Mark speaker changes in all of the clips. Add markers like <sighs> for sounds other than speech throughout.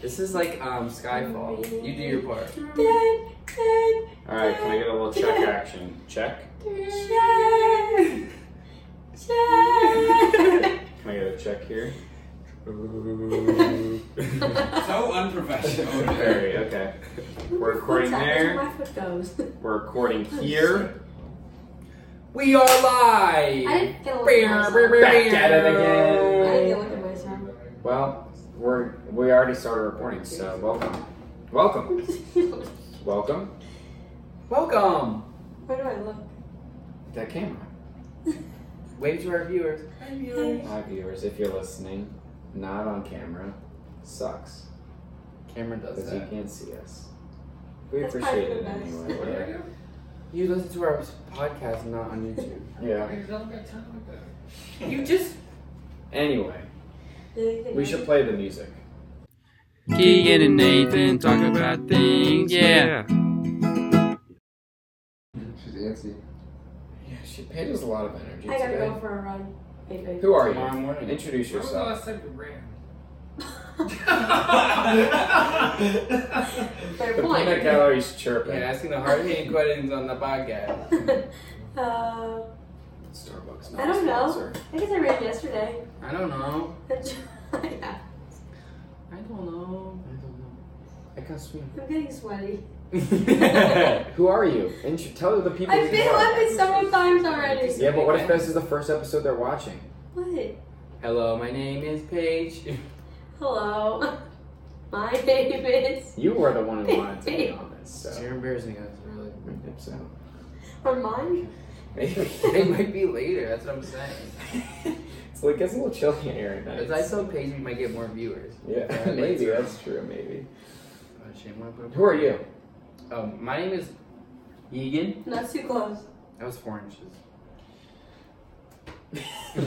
Speaker 1: This is like um Skyfall. You do your
Speaker 2: <laughs>
Speaker 1: part.
Speaker 2: All right, can I get a little check action? Check. Can I get a check here?
Speaker 3: So unprofessional.
Speaker 2: Very okay. We're recording there.
Speaker 4: my foot goes.
Speaker 2: We're recording here.
Speaker 1: We are
Speaker 4: I didn't
Speaker 1: live.
Speaker 4: get a look at
Speaker 1: Brr, brr,
Speaker 4: myself.
Speaker 1: brr,
Speaker 2: Back at it
Speaker 4: I
Speaker 2: again.
Speaker 4: didn't get a look at myself.
Speaker 2: Well, we're we already started recording, so welcome, welcome, welcome.
Speaker 1: Welcome.
Speaker 4: <laughs> Where do I look?
Speaker 2: That camera.
Speaker 1: Wave to our viewers. Hi viewers.
Speaker 2: Hi viewers, if you're listening, not on camera, sucks
Speaker 1: Cameron does
Speaker 2: because you
Speaker 1: that.
Speaker 2: can't see us. We
Speaker 4: That's
Speaker 2: appreciate
Speaker 4: probably the
Speaker 2: it
Speaker 4: best.
Speaker 2: anyway. whatever.
Speaker 1: You listen to our podcast, not on YouTube.
Speaker 2: Yeah.
Speaker 1: you just
Speaker 2: Anyway, we should play the music.
Speaker 1: Keegan and Nathan talk about things. Yeah.
Speaker 2: She's antsy. Yeah, she paid us a lot of energy
Speaker 4: I gotta
Speaker 2: today.
Speaker 4: go for a run. Hey, babe.
Speaker 2: Who are
Speaker 1: Tomorrow
Speaker 2: you?
Speaker 1: morning.
Speaker 2: Introduce
Speaker 4: <laughs>
Speaker 2: yourself.
Speaker 4: Fair
Speaker 2: The peanut
Speaker 4: point.
Speaker 2: gallery's chirping.
Speaker 1: Yeah, asking the hard hitting questions on the podcast.
Speaker 4: <laughs> uh,
Speaker 2: Starbucks.
Speaker 4: I don't know. I guess I ran yesterday. <laughs>
Speaker 1: I don't know.
Speaker 4: yeah,
Speaker 1: I don't
Speaker 2: <laughs>
Speaker 1: know. I don't know. I can't swim.
Speaker 4: I'm getting sweaty.
Speaker 2: Who are you? Intro- tell the people.
Speaker 4: I've
Speaker 2: who you
Speaker 4: been
Speaker 2: are.
Speaker 4: up it several times already.
Speaker 2: Yeah, but what if this is the first episode they're watching?
Speaker 4: What?
Speaker 1: Hello, my name is Paige.
Speaker 2: <laughs>
Speaker 4: Hello. <laughs> My name is.
Speaker 2: You were
Speaker 4: <laughs>
Speaker 2: the one who wanted to be on this, so.
Speaker 1: You're embarrassing us, really.
Speaker 2: If <laughs> so.
Speaker 4: Or mine?
Speaker 2: Maybe.
Speaker 1: it might be later. That's what I'm saying.
Speaker 2: it's like, it's a little chilly in here at night.
Speaker 1: If I tell Paige, we might get more viewers. <laughs>
Speaker 2: yeah, maybe. That's true, maybe.
Speaker 1: Oh, shit, wanna put a-
Speaker 2: Who
Speaker 1: <laughs>
Speaker 2: are you?
Speaker 1: Um, my name is Egan.
Speaker 4: Not too close.
Speaker 1: That was four inches.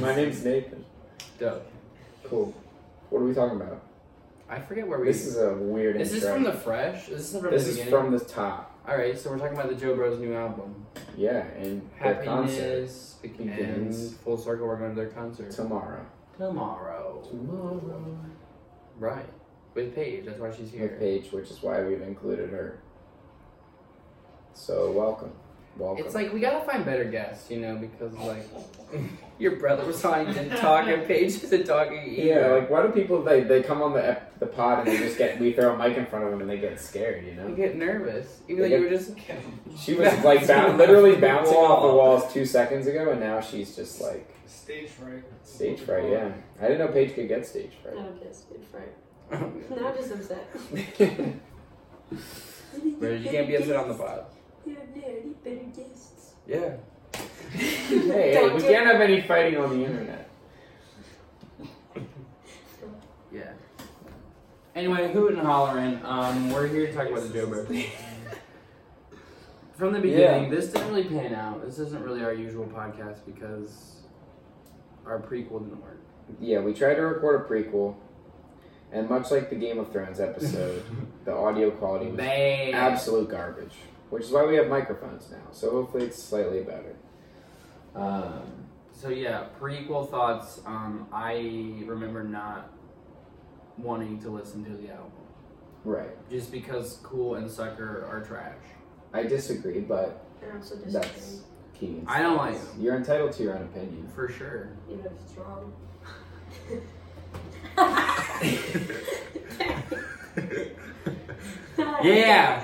Speaker 2: My name's Nathan.
Speaker 1: Dope.
Speaker 2: Cool. What are we talking about?
Speaker 1: I forget where we.
Speaker 2: This is a weird
Speaker 1: Is this
Speaker 2: intro.
Speaker 1: from the fresh? Is this from
Speaker 2: This
Speaker 1: the
Speaker 2: is
Speaker 1: beginning?
Speaker 2: from the top.
Speaker 1: All right, so we're talking about the Joe Bros new album.
Speaker 2: Yeah, and their concert
Speaker 1: Happiness
Speaker 2: Begins.
Speaker 1: begins. Full circle. We're going to their concert
Speaker 2: tomorrow.
Speaker 1: tomorrow.
Speaker 2: Tomorrow.
Speaker 1: Right. With Paige. That's why she's
Speaker 2: With
Speaker 1: here.
Speaker 2: Paige, which is why we've included her. So welcome, welcome.
Speaker 1: It's like we gotta find better guests, you know, because like <laughs> your brother was trying to talk and Paige isn't talking either.
Speaker 2: yeah, like why do people they they come on the ep- the pod and they just get we throw a mic in front of them and they get scared, you
Speaker 1: you
Speaker 2: know?
Speaker 1: get nervous. Even though
Speaker 2: Like,
Speaker 1: you were just <laughs>
Speaker 2: She
Speaker 4: <laughs>
Speaker 2: was like boun literally bouncing off the walls two seconds ago, and now she's just like
Speaker 3: Stage fright.
Speaker 2: stage fright. Yeah, I didn't know Paige could get stage
Speaker 4: No,
Speaker 2: fright.
Speaker 4: I'm just good fright. <laughs> Now I'm just
Speaker 2: <laughs>
Speaker 4: upset.
Speaker 1: Where you can't be upset on the pod.
Speaker 4: There are any better guests.
Speaker 1: Yeah.
Speaker 2: <laughs> hey, hey,
Speaker 4: Don't
Speaker 2: we
Speaker 4: do
Speaker 2: can't
Speaker 4: it.
Speaker 2: have any fighting on the internet.
Speaker 1: Yeah. Anyway, hooting and hollering. Um, we're here to talk about the Joe <laughs> Bros. From the beginning,
Speaker 2: Yeah.
Speaker 1: this didn't really pan out. This isn't really our usual podcast because our prequel didn't work.
Speaker 2: Yeah, we tried to record a prequel, and much like the Game of Thrones episode, the audio quality was
Speaker 1: Bad.
Speaker 2: absolute garbage, which is why we have microphones now. So hopefully it's slightly better. Um,
Speaker 1: So yeah, prequel thoughts. Um, I remember not wanting to listen to the album
Speaker 2: right.
Speaker 1: just because Cool and Sucker are trash.
Speaker 2: I disagree, but
Speaker 4: And also just
Speaker 2: that's key.
Speaker 1: I don't like them
Speaker 2: You're entitled to your own opinion.
Speaker 1: for sure.
Speaker 4: even if it's wrong.
Speaker 1: Yeah.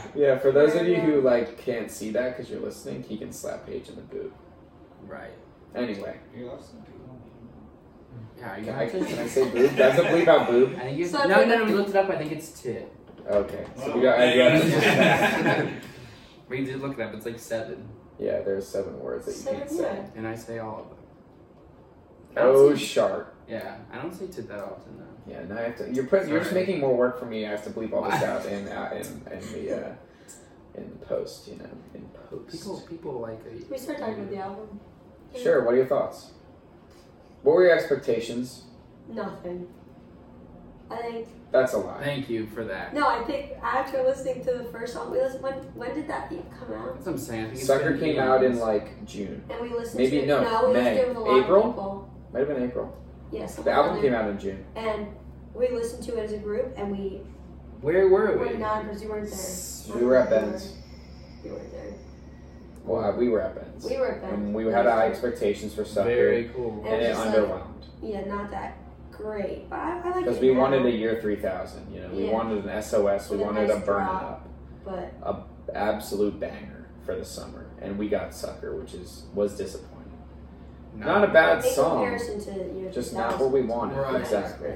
Speaker 2: <laughs> Yeah, for those of you who like can't see that because you're listening, he can slap Paige in the boot.
Speaker 1: Right.
Speaker 2: Anyway,
Speaker 3: You lost some people.
Speaker 1: Yeah. You
Speaker 2: can I,
Speaker 1: have to-
Speaker 2: can I say boob? That's a bleep
Speaker 1: I
Speaker 2: out boob.
Speaker 1: think you.
Speaker 4: So I
Speaker 1: no,
Speaker 4: think-
Speaker 1: no, no. We looked it up. I think it's tit.
Speaker 2: Okay, so we got. I got
Speaker 1: <laughs> We did look it up. It's like seven,
Speaker 2: <laughs> yeah, there's seven words that you
Speaker 4: So,
Speaker 2: can't say.
Speaker 4: yeah.
Speaker 1: and I say all of them.
Speaker 2: Oh, shark.
Speaker 1: Yeah. I don't say tit that often though.
Speaker 2: Yeah, now I have to. You're put, you're just
Speaker 1: Sorry.
Speaker 2: making more work for me. I have to bleep all this
Speaker 1: Why?
Speaker 2: out in uh, in, in the uh, in the post. You know, in post.
Speaker 1: People, people like it.
Speaker 4: We start talking about the album.
Speaker 2: Sure. What are your thoughts? What were your expectations?
Speaker 4: Nothing. I think
Speaker 2: That's a lie.
Speaker 1: Thank you for that.
Speaker 4: no. I think after listening to the first song, we listened. When when did that even come out?
Speaker 1: That's what I'm saying. I think it's
Speaker 2: Sucker
Speaker 1: been
Speaker 2: came
Speaker 1: years.
Speaker 2: out in like June.
Speaker 4: And we listened.
Speaker 2: Maybe
Speaker 4: to,
Speaker 2: no,
Speaker 4: we
Speaker 2: May,
Speaker 4: listened to it with a lot
Speaker 2: April?
Speaker 4: Of people.
Speaker 2: Might have been April.
Speaker 4: Yes.
Speaker 2: The album came out in June.
Speaker 4: And we listened to it as a group, and we
Speaker 1: Where were
Speaker 4: We're
Speaker 1: we?
Speaker 4: not because you weren't there.
Speaker 2: We were at Ben's.
Speaker 4: You weren't there.
Speaker 2: Well, uh, we were at Ben's.
Speaker 4: We were at Ben's.
Speaker 2: and we had high expectations for soccer,
Speaker 1: Very cool.
Speaker 4: Yeah.
Speaker 2: and it
Speaker 4: Just like-
Speaker 2: underwhelmed
Speaker 4: Yeah, not that great, but I, I like
Speaker 2: because
Speaker 4: it
Speaker 2: we
Speaker 4: now,
Speaker 2: wanted a year three thousand. You know, we
Speaker 4: Yeah.
Speaker 2: wanted an SOS. We
Speaker 4: With a
Speaker 2: wanted
Speaker 4: nice
Speaker 2: a burn it
Speaker 4: drop.
Speaker 2: up,
Speaker 4: But
Speaker 2: absolute banger for the summer, and we got sucker, which is was disappointing.
Speaker 1: Not
Speaker 2: Not a bad
Speaker 4: in
Speaker 2: song,
Speaker 4: comparison to your
Speaker 2: just
Speaker 4: 2000,
Speaker 2: not what we wanted.
Speaker 1: Right.
Speaker 2: Exactly.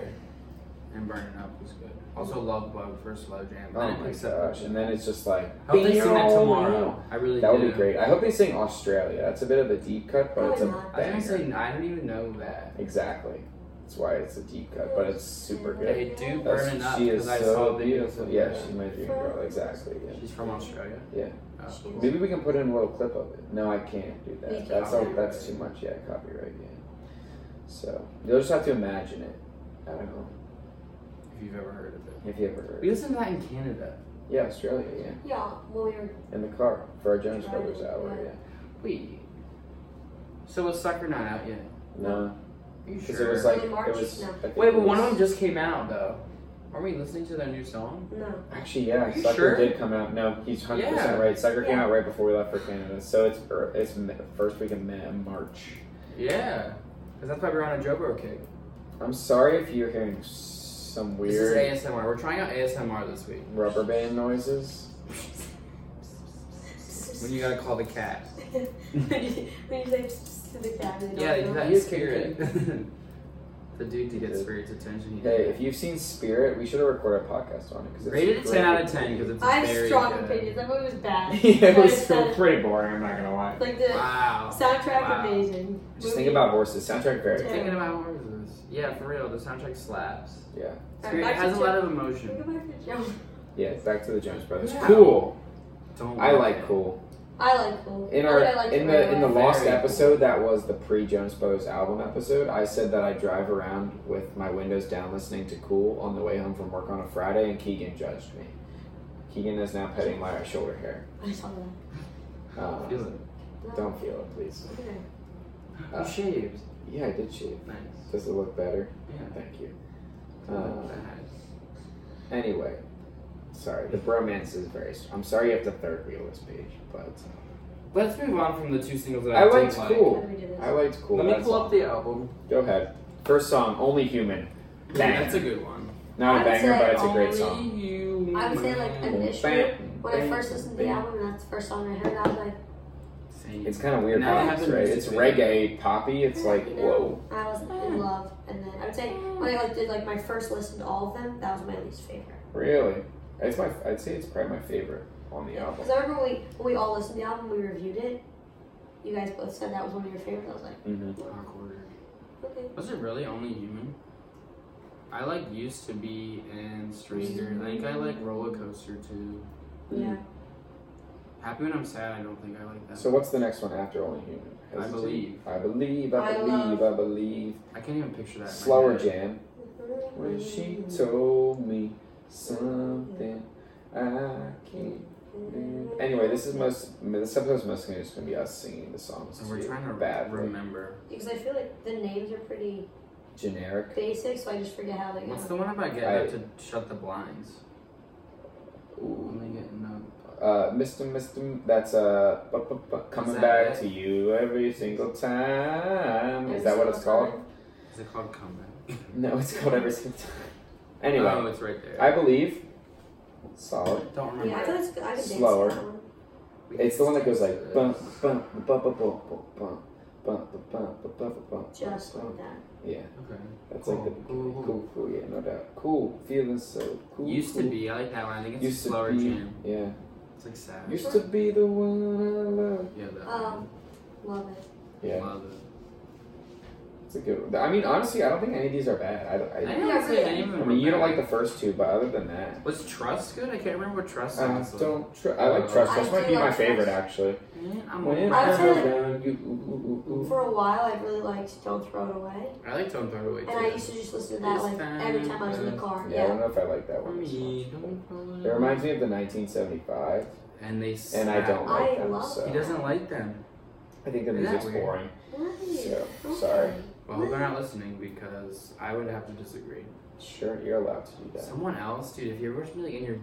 Speaker 1: and burning up was good. Also, love bug first love jam.
Speaker 2: Oh my gosh! And then it's just like
Speaker 1: I hope they sing that
Speaker 2: "Meow,
Speaker 1: tomorrow.
Speaker 2: meow."
Speaker 1: I really
Speaker 2: That would
Speaker 1: do.
Speaker 2: be great. I hope they sing Australia. That's a bit of a deep cut, but it's a
Speaker 4: Probably not.
Speaker 1: I was gonna
Speaker 2: banger.
Speaker 1: say I didn't even know that.
Speaker 2: Exactly. That's why it's a deep cut, but it's super good.
Speaker 1: They do
Speaker 2: That's-
Speaker 1: burn it up
Speaker 2: she is
Speaker 1: because I
Speaker 2: so
Speaker 1: saw videos
Speaker 2: beautiful.
Speaker 1: of
Speaker 2: Yeah,
Speaker 1: that.
Speaker 2: she my dream girl. Exactly. Yeah.
Speaker 1: She's from Australia.
Speaker 2: Yeah.
Speaker 1: Oh, cool.
Speaker 2: Maybe we can put in a little clip of it. No, I can't do
Speaker 4: You
Speaker 2: that.
Speaker 4: can't.
Speaker 2: That's all, that's too much. Yeah, copyright. Yeah. So you'll just have to imagine it. I don't know
Speaker 1: If you've ever heard of it.
Speaker 2: if you ever heard.
Speaker 1: We listened to that in Canada.
Speaker 2: Yeah, Australia. Yeah,
Speaker 4: Yeah, when we were
Speaker 2: in the car for our Jonas Brothers hour. Yeah.
Speaker 1: Wait. So was Sucker not out yet?
Speaker 2: No,
Speaker 1: Are you
Speaker 2: because
Speaker 1: sure?
Speaker 2: it was like
Speaker 4: In
Speaker 2: it
Speaker 4: March?
Speaker 2: was.
Speaker 4: No.
Speaker 2: I think
Speaker 1: Wait,
Speaker 2: it
Speaker 1: but one of
Speaker 2: was-
Speaker 1: them just came out though. Aren't we listening to their new song?
Speaker 4: no.
Speaker 2: Actually, yeah,
Speaker 1: Are you
Speaker 2: Sucker
Speaker 1: sure?
Speaker 2: did come out. No, he's hundred
Speaker 1: Yeah.
Speaker 2: percent right. Sucker came
Speaker 4: Yeah.
Speaker 2: out right before we left for Canada, so it's er, it's m- first week of Ma- March.
Speaker 1: Yeah. Because that's why we're on a Jobro kick.
Speaker 2: I'm sorry if you're hearing s- some weird
Speaker 1: This is ASMR. We're trying out ASMR this week.
Speaker 2: rubber band noises.
Speaker 1: When you gotta call the cat.
Speaker 4: <laughs> when you when you say to the cabinet.
Speaker 1: Yeah,
Speaker 4: you
Speaker 1: that
Speaker 2: You can-
Speaker 1: spirit. <laughs> the dude to get spirit's attention. He
Speaker 2: Hey, if you've seen Spirit, we should have recorded a podcast on it because
Speaker 1: Rated a 10 out of 10 because it's
Speaker 4: I have
Speaker 1: very
Speaker 4: strong
Speaker 1: good.
Speaker 4: opinions. That movie was
Speaker 1: <laughs>
Speaker 4: bad.
Speaker 2: <laughs> yeah, it was
Speaker 4: Out of 10.
Speaker 2: pretty boring. I'm not gonna lie.
Speaker 4: Like the
Speaker 1: Wow.
Speaker 4: soundtrack,
Speaker 1: Wow.
Speaker 4: amazing.
Speaker 2: Just
Speaker 4: Movie-
Speaker 2: think about horses. Soundtrack very
Speaker 4: Yeah.
Speaker 2: good.
Speaker 1: Thinking about horses. Yeah, for real. The soundtrack slaps.
Speaker 2: Yeah,
Speaker 1: Spirit
Speaker 4: back to
Speaker 1: has a lot
Speaker 4: Joe.
Speaker 1: of
Speaker 4: Think
Speaker 1: emotion.
Speaker 4: about the joke.
Speaker 2: yeah. Back to the Jones Brothers.
Speaker 1: Yeah.
Speaker 2: Cool.
Speaker 1: Don't
Speaker 2: I
Speaker 1: worry.
Speaker 2: like cool.
Speaker 4: I like cool.
Speaker 2: In
Speaker 4: I
Speaker 2: our
Speaker 4: think I liked
Speaker 2: in
Speaker 4: it
Speaker 2: the in the
Speaker 4: very much.
Speaker 1: lot-
Speaker 2: lost
Speaker 1: Very
Speaker 2: episode that was the pre Jonas Brothers album episode, I said that I drive around with my windows down listening to Cool on the way home from work on a Friday, and Keegan judged me. Keegan is now petting my shoulder hair.
Speaker 4: I saw that.
Speaker 2: Uh,
Speaker 1: Feel it.
Speaker 4: No,
Speaker 2: don't feel it, please.
Speaker 4: Okay.
Speaker 2: Uh,
Speaker 1: You shaved.
Speaker 2: Yeah, I did shave.
Speaker 1: Nice.
Speaker 2: Does it look better?
Speaker 1: Yeah.
Speaker 2: Thank you.
Speaker 1: I
Speaker 2: Uh,
Speaker 1: like that.
Speaker 2: anyway, sorry. The bromance is very. str- I'm sorry you have to third wheel this page, but
Speaker 1: Let's move on from the two singles that I,
Speaker 2: I liked
Speaker 1: did like.
Speaker 2: Cool.
Speaker 4: Let me do this.
Speaker 2: Oh, I liked Cool.
Speaker 1: Let me
Speaker 2: That's
Speaker 1: pull
Speaker 2: all.
Speaker 1: up the album.
Speaker 2: Go ahead. First song, Only Human. Bang.
Speaker 1: that's a good one.
Speaker 4: I
Speaker 2: Not a
Speaker 4: would
Speaker 2: banger,
Speaker 4: say
Speaker 2: but it's a great
Speaker 1: Only
Speaker 2: song.
Speaker 1: you,
Speaker 4: I would say, like,
Speaker 1: my-
Speaker 4: an- Initially,
Speaker 2: Bam,
Speaker 4: When I
Speaker 2: bam,
Speaker 4: first listened to the
Speaker 2: bam.
Speaker 4: album, and that's the first song I heard. I was like,
Speaker 1: Same.
Speaker 2: It's kind of weird,
Speaker 1: Now I have
Speaker 2: vibes,
Speaker 1: the
Speaker 2: right?
Speaker 1: music
Speaker 2: It's
Speaker 1: video.
Speaker 2: reggae poppy. It's like
Speaker 4: You know?
Speaker 2: whoa.
Speaker 4: I was in love, and then I would say when I like did like my first listen to all of them, that was my least favorite.
Speaker 2: Really? It's my. I'd say it's probably my favorite on the album.
Speaker 4: Because I remember when we when we all listened to the album, we reviewed it. You guys both said that was one of your favorites. I was like,
Speaker 2: Mm-hmm.
Speaker 1: awkward.
Speaker 4: okay.
Speaker 1: Was it really only human? I like used to be and stranger. I think I like roller coaster too.
Speaker 4: Yeah.
Speaker 1: Happy when I'm sad. I don't think I like that.
Speaker 2: So what's the next one after Only Human?
Speaker 1: I
Speaker 2: Hesitant?
Speaker 1: believe.
Speaker 2: I believe.
Speaker 4: I
Speaker 2: I believe. I
Speaker 4: love-
Speaker 2: believe.
Speaker 1: I can't even picture that. in my
Speaker 2: Slower
Speaker 1: head.
Speaker 2: jam. When she told me something I can't. do. Anyway, this is most. I mean, This episode's mostly just gonna be us singing the songs.
Speaker 1: So we're
Speaker 2: too.
Speaker 1: trying to
Speaker 2: Badly.
Speaker 1: remember.
Speaker 4: Because I feel like the names are pretty
Speaker 2: generic.
Speaker 4: basic, so I just forget how they go.
Speaker 1: What's the one about getting
Speaker 2: I-
Speaker 1: up to shut the blinds?
Speaker 2: Ooh.
Speaker 1: Only getting up.
Speaker 2: Uh, Mr. Mr. That's uh, bu- bu- bu- coming
Speaker 1: that
Speaker 2: back
Speaker 1: it?
Speaker 2: to you every single time.
Speaker 4: Every
Speaker 2: Is that what
Speaker 4: single
Speaker 2: it's called?
Speaker 4: time.
Speaker 1: Is it called comeback?
Speaker 2: No, it's called every single time. Anyway,
Speaker 1: Oh, it's right there.
Speaker 2: I believe. Solid.
Speaker 1: don't remember.
Speaker 4: Yeah, I feel like I could dance
Speaker 2: Slower.
Speaker 4: to that one.
Speaker 2: It's the one that goes like bum bum bum bum bum bum bum bum bum bum bum bum.
Speaker 4: Just
Speaker 2: bum.
Speaker 4: like that.
Speaker 2: Yeah,
Speaker 1: Okay.
Speaker 2: that's
Speaker 1: Cool,
Speaker 2: like the
Speaker 1: cool, cool.
Speaker 2: cool, cool. Yeah, no doubt. Cool, feeling so cool.
Speaker 1: Used to
Speaker 2: cool.
Speaker 1: be. I like that one. I think it's
Speaker 2: Used to
Speaker 1: slower
Speaker 2: be.
Speaker 1: jam.
Speaker 2: Yeah.
Speaker 1: It's like sad.
Speaker 2: Used to be the one I love.
Speaker 1: yeah, that
Speaker 4: Um, Love it.
Speaker 1: one.
Speaker 2: Yeah,
Speaker 1: Love it.
Speaker 2: it's a good one. I mean, honestly, I don't think any of these are bad. I, don't- I,
Speaker 1: I
Speaker 4: Yeah,
Speaker 1: didn't yeah, say
Speaker 4: really.
Speaker 1: any of them
Speaker 2: I mean,
Speaker 1: were
Speaker 2: you don't
Speaker 1: bad.
Speaker 2: like the first two, but other than that,
Speaker 1: Was Trust good? I can't remember what Trust
Speaker 2: I
Speaker 1: sounds like.
Speaker 2: Uh, don't. Tr- I like
Speaker 1: Uh,
Speaker 2: Trust.
Speaker 4: I
Speaker 2: This might
Speaker 4: do
Speaker 2: be
Speaker 4: like
Speaker 2: my
Speaker 4: Trust.
Speaker 2: favorite, actually.
Speaker 1: Man, Eh, I'm
Speaker 2: When
Speaker 4: I would
Speaker 2: I'm
Speaker 4: say that-
Speaker 2: around you, ooh, ooh, ooh, ooh.
Speaker 4: For a while, I really liked Don't Throw It Away.
Speaker 1: I like Don't Throw It Away.
Speaker 4: And I
Speaker 1: too.
Speaker 4: used to just listen to that
Speaker 1: It's
Speaker 4: like every time I was in the car.
Speaker 2: Yeah, I
Speaker 4: Yeah.
Speaker 2: don't know if I like that
Speaker 1: For
Speaker 2: one. as
Speaker 1: me,
Speaker 2: much.
Speaker 1: don't throw
Speaker 2: It reminds me of the 1975,
Speaker 1: And they.
Speaker 2: and I don't
Speaker 1: slap.
Speaker 2: like
Speaker 4: I
Speaker 2: them.
Speaker 4: love
Speaker 2: So
Speaker 1: He doesn't like them.
Speaker 2: I think the
Speaker 1: Isn't that
Speaker 2: music's
Speaker 1: weird?
Speaker 2: boring.
Speaker 4: Nice.
Speaker 2: So, sorry.
Speaker 1: Well, they're not listening because I would have to disagree.
Speaker 2: Sure, you're allowed to do that.
Speaker 1: Someone else, dude. If you're just like in your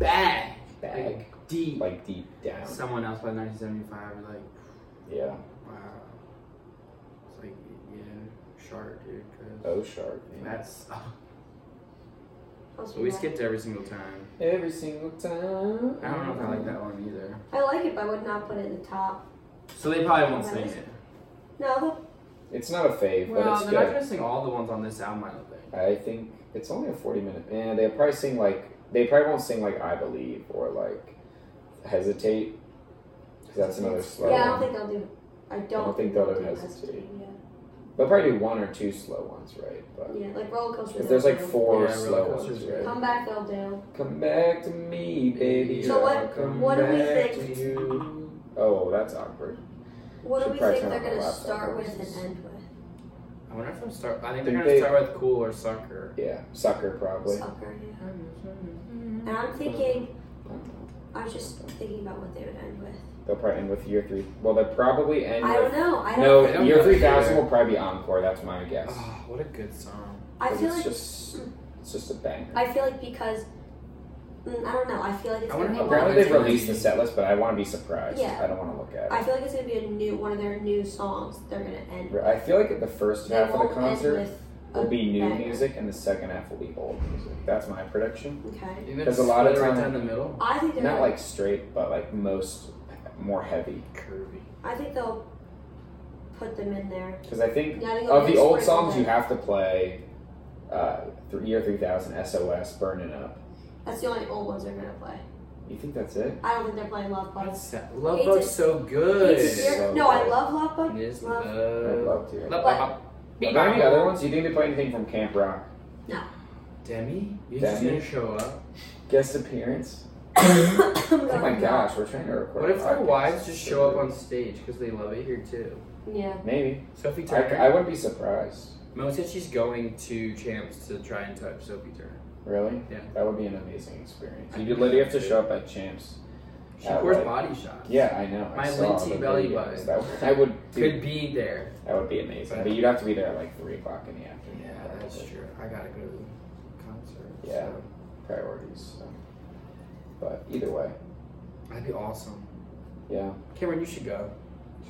Speaker 1: bag,
Speaker 2: Bag,
Speaker 1: like deep,
Speaker 2: like deep down.
Speaker 1: someone else by 1975, you're like,
Speaker 2: Yeah.
Speaker 1: wow. It's like, yeah, shark, dude. 'cause
Speaker 2: O sharp. yeah.
Speaker 1: that's. <laughs>
Speaker 4: Also,
Speaker 1: we
Speaker 4: yeah.
Speaker 1: skipped every single time.
Speaker 2: Every single time.
Speaker 1: I don't know if I like that one either.
Speaker 4: I like it, but I would not put it at the top.
Speaker 1: So they probably won't sing it.
Speaker 4: No,
Speaker 2: It's not a fave, but
Speaker 1: Well,
Speaker 2: it's
Speaker 1: they're not
Speaker 2: good.
Speaker 1: gonna sing all the ones on this album, I don't think.
Speaker 2: I think it's only a 40 minute. Man, they'll probably sing like. They probably won't sing like I Believe or like Hesitate. Because that's another
Speaker 4: the,
Speaker 2: slow
Speaker 4: yeah, I don't
Speaker 2: one.
Speaker 4: think they'll do. I don't,
Speaker 2: don't think they'll do hesitate.
Speaker 4: Yeah.
Speaker 2: They'll probably do one or two slow ones, right? But
Speaker 4: yeah, like roller coaster.
Speaker 2: if there's like
Speaker 4: they'll do.
Speaker 2: four
Speaker 1: Yeah,
Speaker 2: slow
Speaker 1: roller
Speaker 2: ones,
Speaker 1: coaster's
Speaker 2: right?
Speaker 1: good.
Speaker 4: Come back, they'll do.
Speaker 2: Come back to me, baby.
Speaker 4: So what-
Speaker 2: I'll come
Speaker 4: what do we
Speaker 2: back
Speaker 4: think-
Speaker 2: to you. Oh, that's awkward.
Speaker 4: What
Speaker 2: Should
Speaker 4: do we
Speaker 2: probably
Speaker 4: think
Speaker 2: turn
Speaker 4: they're
Speaker 2: on my
Speaker 4: gonna
Speaker 2: laptop
Speaker 4: start with
Speaker 2: versus-
Speaker 4: and end with?
Speaker 1: I wonder if they'll start. I think
Speaker 2: Think
Speaker 1: they're gonna
Speaker 2: they-
Speaker 1: start with Cool or Sucker.
Speaker 2: Yeah, sucker probably.
Speaker 4: Soccer. Yeah. And I'm thinking. I was just thinking about what they would end with.
Speaker 2: They'll probably end with year three. Well, they'll probably end
Speaker 4: I
Speaker 2: with
Speaker 4: don't know. I don't.
Speaker 2: no.
Speaker 1: I don't
Speaker 2: year
Speaker 1: know.
Speaker 2: three thousand will probably be encore. That's my guess.
Speaker 1: Oh, what a good song.
Speaker 4: I
Speaker 2: But
Speaker 4: feel
Speaker 2: it's
Speaker 4: like
Speaker 2: just it's just a banger.
Speaker 4: I feel like because mm, I don't know. I feel like it's
Speaker 1: I
Speaker 4: gonna
Speaker 1: wonder
Speaker 4: be
Speaker 1: how
Speaker 4: one.
Speaker 2: Apparently they've released the set list, but I want to be surprised.
Speaker 4: Yeah.
Speaker 2: I don't want to look at
Speaker 4: I
Speaker 2: it.
Speaker 4: feel like it's gonna be a new one of their new songs. They're gonna end. with.
Speaker 2: I feel like the first
Speaker 4: They
Speaker 2: half of
Speaker 4: won't
Speaker 2: the
Speaker 4: end
Speaker 2: concert
Speaker 4: with
Speaker 2: will
Speaker 4: a
Speaker 2: be new
Speaker 4: banger.
Speaker 2: music, and the second half will be old music. That's my prediction.
Speaker 4: Okay.
Speaker 1: You think
Speaker 2: There's
Speaker 1: they'll
Speaker 2: a lot of
Speaker 1: split it right
Speaker 2: time-
Speaker 1: down the middle.
Speaker 4: I think they're
Speaker 2: Not
Speaker 4: gonna-
Speaker 2: like straight, but like most more heavy.
Speaker 1: Curvy.
Speaker 4: I think they'll put them in there.
Speaker 2: Because I think
Speaker 4: Yeah, I think
Speaker 2: of
Speaker 4: they'll
Speaker 2: the
Speaker 4: sprinkle
Speaker 2: old songs,
Speaker 4: them.
Speaker 2: you have to play uh, th- Year 3000, SOS, Burning Up.
Speaker 4: That's the only old ones they're gonna play.
Speaker 2: You think that's it?
Speaker 4: I don't think they're playing Love Bug.
Speaker 1: What's that? Love
Speaker 4: It's
Speaker 1: Bug's
Speaker 4: a-
Speaker 1: so good.
Speaker 4: It's
Speaker 2: It's
Speaker 4: your-
Speaker 2: so
Speaker 4: no, I
Speaker 2: good.
Speaker 4: love Love Bug.
Speaker 1: It is
Speaker 4: Love-
Speaker 2: I'd
Speaker 1: love.
Speaker 2: love to.
Speaker 1: Love.
Speaker 4: But-
Speaker 1: Love.
Speaker 2: Are there any other ones? Do you think they play anything from Camp Rock?
Speaker 1: Demi? You
Speaker 2: Demi?
Speaker 1: just didn't show up.
Speaker 2: Guest appearance?
Speaker 4: <coughs>
Speaker 2: Oh my gosh, we're trying to record.
Speaker 1: What if
Speaker 2: a
Speaker 1: their
Speaker 2: podcast.
Speaker 1: wives just show up on stage because they love it here too?
Speaker 4: Yeah.
Speaker 2: Maybe.
Speaker 1: Sophie
Speaker 2: I,
Speaker 1: Turner.
Speaker 2: I wouldn't be surprised.
Speaker 1: Mo said she's going to Champs to try and touch Sophie Turner.
Speaker 2: Really?
Speaker 1: Yeah.
Speaker 2: That would be an amazing experience. You literally have to show up at Champs.
Speaker 1: She
Speaker 2: Yeah,
Speaker 1: wears
Speaker 2: like-
Speaker 1: body shots.
Speaker 2: Yeah, I know. I
Speaker 1: My
Speaker 2: saw
Speaker 1: linty
Speaker 2: the
Speaker 1: belly
Speaker 2: video.
Speaker 1: button.
Speaker 2: That
Speaker 1: <laughs>
Speaker 2: would, I would.
Speaker 1: Could
Speaker 2: Dude,
Speaker 1: be there.
Speaker 2: that would be amazing. But you'd have to be there at like three o'clock in the afternoon.
Speaker 1: Yeah, that's true. I gotta go to the concert.
Speaker 2: Yeah. Priorities. So. But either way,
Speaker 1: so. That'd be awesome.
Speaker 2: yeah,
Speaker 1: Cameron, you should go.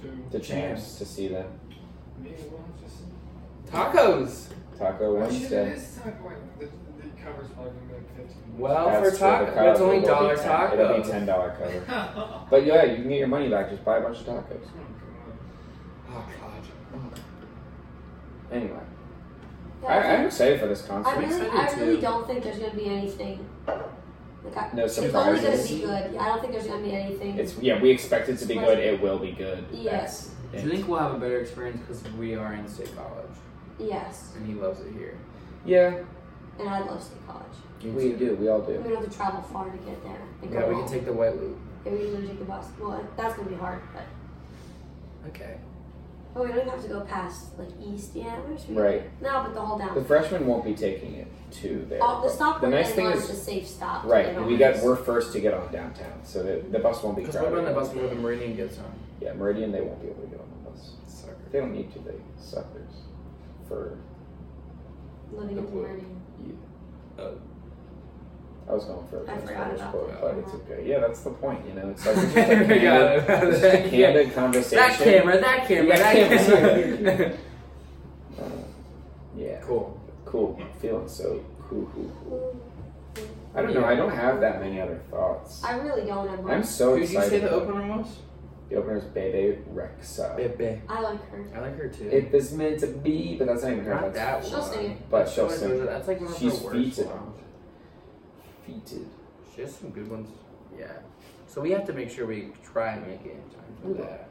Speaker 3: Two.
Speaker 2: to
Speaker 1: Champs.
Speaker 2: Champs to see them.
Speaker 3: Maybe one just.
Speaker 1: Tacos.
Speaker 2: Taco
Speaker 3: Oh, shit, it
Speaker 2: Wednesday.
Speaker 3: is time. Wait, the, the cover's probably gonna be like 15 <laughs>
Speaker 1: Well,
Speaker 2: That's
Speaker 1: for
Speaker 2: true, the
Speaker 1: tacos,
Speaker 2: cover,
Speaker 1: it's only
Speaker 2: it'll be
Speaker 1: dollar
Speaker 2: 10
Speaker 1: tacos.
Speaker 2: It'll be ten dollar cover.
Speaker 3: Oh,
Speaker 2: But yeah, you can get your money back. Just buy a bunch of tacos.
Speaker 3: God.
Speaker 1: Oh god.
Speaker 2: Anyway,
Speaker 4: Yeah,
Speaker 2: I, I'm excited for this concert.
Speaker 4: I really,
Speaker 1: excited
Speaker 4: I really
Speaker 1: too.
Speaker 4: don't think there's gonna be anything. Like, I,
Speaker 2: No
Speaker 4: it's only gonna
Speaker 2: surprises.
Speaker 4: be good. Yeah, I don't think there's gonna be anything.
Speaker 2: It's yeah, we expect it to be
Speaker 4: Like-
Speaker 2: good. It will be good.
Speaker 4: Yes.
Speaker 1: Do
Speaker 2: That's
Speaker 1: you
Speaker 2: it.
Speaker 1: think we'll have a better experience because we are in state college
Speaker 4: yes,
Speaker 1: and he loves it here?
Speaker 2: Yeah,
Speaker 4: and I love state college.
Speaker 2: we do. We all
Speaker 4: We
Speaker 2: do.
Speaker 4: don't have to travel far to get there. And
Speaker 1: Yeah,
Speaker 4: go
Speaker 1: we
Speaker 4: home.
Speaker 1: can take the white loop.
Speaker 4: Yeah, we usually take the bus. Well, that's gonna be hard, but
Speaker 1: Okay.
Speaker 4: but we don't even have to go past like East yet. Where should we go?
Speaker 2: Right.
Speaker 4: No, but the whole
Speaker 2: The
Speaker 4: down.
Speaker 2: freshmen won't be taking it to there.
Speaker 4: Oh, the
Speaker 2: but
Speaker 4: stop.
Speaker 2: The
Speaker 4: we're
Speaker 2: nice
Speaker 4: gonna
Speaker 2: thing
Speaker 4: go
Speaker 2: is
Speaker 4: is a safe stop. so they
Speaker 2: right.
Speaker 4: don't
Speaker 2: We
Speaker 4: have
Speaker 2: got
Speaker 4: to-
Speaker 2: we're first to get on downtown, so the, the bus won't be
Speaker 1: Because we're on
Speaker 2: crowded.
Speaker 1: the bus before the Meridian gets on.
Speaker 2: Yeah, Meridian. They won't be able to get on the bus.
Speaker 1: Sucker.
Speaker 2: They don't need to. They suckers. For
Speaker 4: living
Speaker 1: the
Speaker 4: in the
Speaker 1: blue.
Speaker 4: morning.
Speaker 2: you.
Speaker 1: Oh.
Speaker 2: I was going for a
Speaker 4: I
Speaker 2: Prince
Speaker 4: forgot
Speaker 2: Brothers
Speaker 4: about
Speaker 2: quote,
Speaker 1: that.
Speaker 2: but it's okay. Yeah, that's the point. You know,
Speaker 1: <laughs>
Speaker 2: it's like
Speaker 1: I
Speaker 2: it's just a
Speaker 1: forgot
Speaker 2: candid,
Speaker 1: about
Speaker 2: it's just a
Speaker 1: that.
Speaker 2: candid conversation.
Speaker 1: That camera, that camera, that <laughs>
Speaker 2: Yeah.
Speaker 1: camera.
Speaker 2: Uh, yeah.
Speaker 1: cool.
Speaker 2: Cool. I'm feeling so cool, cool, cool.
Speaker 4: Ooh,
Speaker 2: I don't know. I don't have that many other thoughts.
Speaker 4: I really don't have
Speaker 2: I'm
Speaker 4: much.
Speaker 2: so
Speaker 1: Who did you
Speaker 2: excited.
Speaker 1: say the opener was?
Speaker 2: The opener is Bebe Rexa.
Speaker 1: Bebe.
Speaker 4: I like her.
Speaker 1: I like her too.
Speaker 2: It was meant to be, but that's not even her.
Speaker 1: Not
Speaker 2: that's-
Speaker 1: that
Speaker 4: She'll
Speaker 1: one.
Speaker 4: sing it.
Speaker 2: But she'll
Speaker 1: That's
Speaker 2: sing.
Speaker 1: one of
Speaker 2: it.
Speaker 1: her- That's like one of
Speaker 2: She's
Speaker 1: her worst
Speaker 2: feated.
Speaker 1: songs.
Speaker 2: Feated.
Speaker 1: She has some good ones. Yeah. So we have to make sure we try and make it in time for
Speaker 2: We
Speaker 1: that.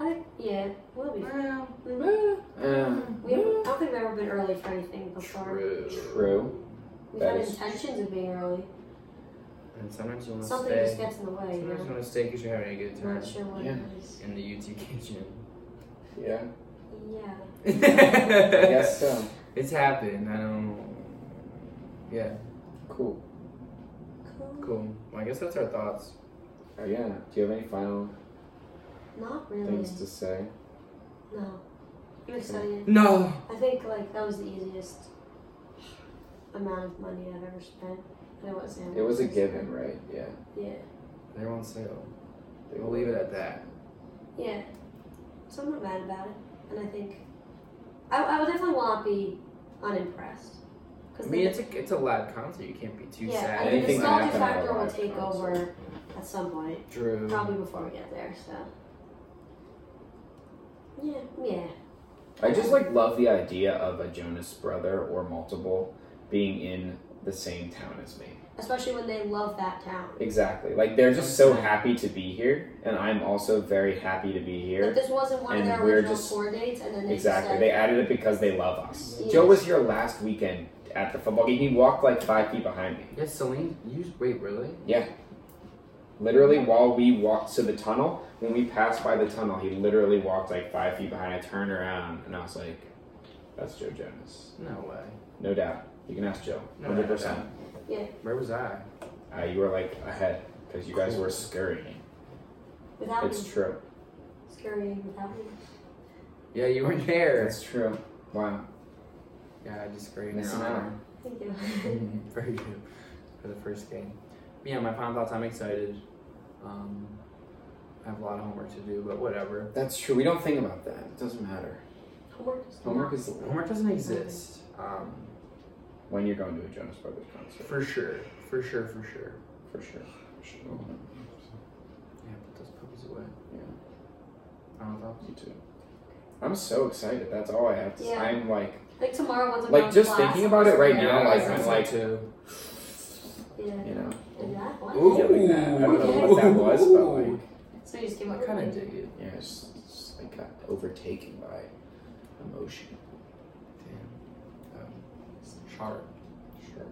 Speaker 4: I yeah, we'll be.
Speaker 1: Well,
Speaker 2: Uh,
Speaker 4: We haven't- I don't think we've ever been early for anything before.
Speaker 1: true.
Speaker 2: true.
Speaker 4: We've
Speaker 2: That
Speaker 4: had
Speaker 2: is-
Speaker 4: intentions of being early.
Speaker 1: And sometimes you want to
Speaker 4: Something
Speaker 1: stay.
Speaker 4: just gets in the way. You
Speaker 1: sometimes you
Speaker 4: know?
Speaker 1: want to stay because you're having a good
Speaker 4: I'm
Speaker 1: time
Speaker 4: not sure what it is.
Speaker 1: in the UT kitchen.
Speaker 2: Yeah.
Speaker 4: Yeah.
Speaker 1: <laughs>
Speaker 2: I guess um, so.
Speaker 1: It's happened. I don't. Yeah.
Speaker 2: Cool.
Speaker 4: Cool.
Speaker 1: Cool. Well, I guess that's our thoughts.
Speaker 2: Oh, yeah. Do you have any final
Speaker 4: Not really.
Speaker 2: things to say?
Speaker 4: No. I'm excited.
Speaker 1: No.
Speaker 4: I think like that was the easiest. amount of money I've ever spent. And it wasn't.
Speaker 2: It was a given, right? Yeah.
Speaker 4: Yeah.
Speaker 5: They're on sale.
Speaker 2: They
Speaker 5: We'll leave it at that.
Speaker 4: Yeah. So I'm not mad about it. And I think I, I would definitely will not be unimpressed.
Speaker 5: I
Speaker 4: Because
Speaker 5: mean, it's a it's a loud concert. You can't be too
Speaker 4: yeah,
Speaker 5: sad.
Speaker 4: I think the
Speaker 2: Anything that
Speaker 4: nostalgia
Speaker 2: happened at a
Speaker 4: factor will
Speaker 2: live
Speaker 4: take
Speaker 2: concert.
Speaker 4: over at some point.
Speaker 2: Mm-hmm.
Speaker 5: Drew.
Speaker 4: Probably before we get there, so. Yeah, yeah.
Speaker 2: I just like love the idea of a Jonas brother or multiple being in the same town as me.
Speaker 4: Especially when they love that town.
Speaker 2: Exactly. Like they're just so happy to be here, and I'm also very happy to be
Speaker 4: Like
Speaker 2: here.
Speaker 4: this wasn't one of
Speaker 2: And
Speaker 4: their
Speaker 2: we're
Speaker 4: original
Speaker 2: just-
Speaker 4: tour dates, and then they
Speaker 2: Exactly. They
Speaker 4: Just
Speaker 2: added it because they love us.
Speaker 4: said,
Speaker 2: Joe was here last weekend at the football game. He walked like five feet behind me.
Speaker 5: Yes, Celine. You just- wait, really?
Speaker 2: Literally, while we walked to the tunnel, when we passed by the tunnel, he literally walked like five feet behind. I turned around and I was like, "That's Joe Jonas,
Speaker 5: No way.
Speaker 2: no doubt." You can ask Joe,
Speaker 5: No,
Speaker 2: hundred percent.
Speaker 5: Where was I?
Speaker 2: Uh, you were like ahead because you guys were scurrying.
Speaker 4: without
Speaker 2: It's
Speaker 4: me.
Speaker 2: true.
Speaker 4: Scurrying without me.
Speaker 5: Yeah, you were there.
Speaker 2: It's true. Wow.
Speaker 5: Yeah, I just agree.
Speaker 2: Missing out.
Speaker 4: Thank you.
Speaker 6: Mm-hmm.
Speaker 5: Very good for the first game.
Speaker 6: Yeah, my final thoughts. I'm excited. Um, I have a lot of homework to do, but whatever.
Speaker 2: That's true. We don't think about that. It doesn't matter.
Speaker 4: <laughs> Homework is
Speaker 2: Homework is
Speaker 6: Homework doesn't exist. Um,
Speaker 2: when you're going to a Jonas Brothers concert
Speaker 6: for sure, for sure, for sure.
Speaker 2: for sure. For sure.
Speaker 6: Yeah, put those puppies away.
Speaker 2: Yeah.
Speaker 6: Final thoughts.
Speaker 2: You too. I'm so excited. That's all I have. To
Speaker 4: Yeah.
Speaker 2: I'm like,
Speaker 4: Like tomorrow once I'm
Speaker 2: Like,
Speaker 4: done with
Speaker 2: just
Speaker 4: class,
Speaker 2: thinking about it right
Speaker 4: I'll-
Speaker 2: now, like,
Speaker 6: I'm
Speaker 2: I'm
Speaker 6: like
Speaker 2: like-
Speaker 6: too.
Speaker 4: Yeah.
Speaker 2: you know,
Speaker 4: And that one.
Speaker 6: Ooh.
Speaker 2: yelling that. I don't know what that was, but like,
Speaker 4: So you just came
Speaker 6: I
Speaker 4: up
Speaker 6: kind of dig it.
Speaker 2: yeah, it's, just- it's like got overtaken by emotion.
Speaker 6: Damn. Um, sharp.
Speaker 2: Sure.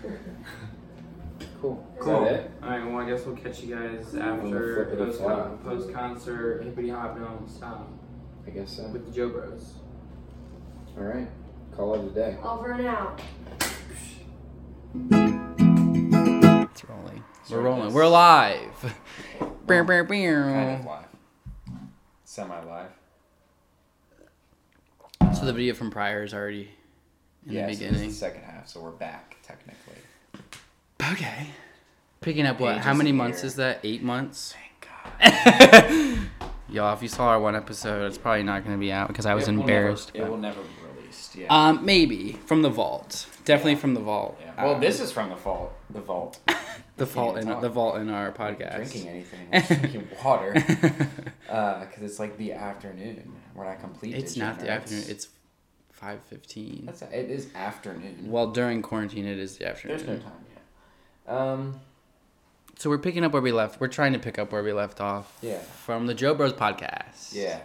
Speaker 4: Sure.
Speaker 2: Cool.
Speaker 6: Cool.
Speaker 2: Is that it?
Speaker 6: All right. Well, I guess we'll catch you guys
Speaker 2: Little
Speaker 6: after
Speaker 2: flippity
Speaker 6: post
Speaker 2: flop.
Speaker 6: post concert hippity hop no stop
Speaker 2: I guess so.
Speaker 6: with the Joe Bros.
Speaker 2: All right. Call it a day.
Speaker 4: Over and out.
Speaker 1: It's rolling. We're rolling. We're
Speaker 7: <laughs>
Speaker 1: live. Brr, brr, brr.
Speaker 7: kind of live, semi live.
Speaker 1: So the video from prior is already in
Speaker 7: yeah,
Speaker 1: the
Speaker 7: so this is
Speaker 1: beginning.
Speaker 7: the second half, so we're back technically.
Speaker 1: okay. Picking up what?
Speaker 7: Ages
Speaker 1: How many
Speaker 7: in
Speaker 1: months
Speaker 7: here.
Speaker 1: is that? Eight
Speaker 7: <laughs>
Speaker 1: months.
Speaker 7: Thank God.
Speaker 1: Y'all, if you saw our one episode, it's probably not gonna be out because I was embarrassed.
Speaker 7: It will never be released. Yeah.
Speaker 1: Um, maybe from the vault. Definitely from the vault.
Speaker 7: yeah. Well,
Speaker 1: Uh,
Speaker 7: this is from the vault. The vault.
Speaker 1: the vault
Speaker 7: even
Speaker 1: in
Speaker 7: talk.
Speaker 1: the vault in our podcast.
Speaker 7: Drinking anything?
Speaker 1: <laughs>
Speaker 7: I'm drinking water. Because it's like the afternoon. We're not complete.
Speaker 1: it's not the
Speaker 7: degenerates.
Speaker 1: afternoon. It's five fifteen.
Speaker 7: That's it is afternoon.
Speaker 1: Well, during quarantine, it is the afternoon.
Speaker 7: There's no time yet. Um.
Speaker 1: So we're picking up where we left. We're trying to pick up where we left off.
Speaker 7: Yeah.
Speaker 1: From the Joe Bros podcast.
Speaker 7: Yeah.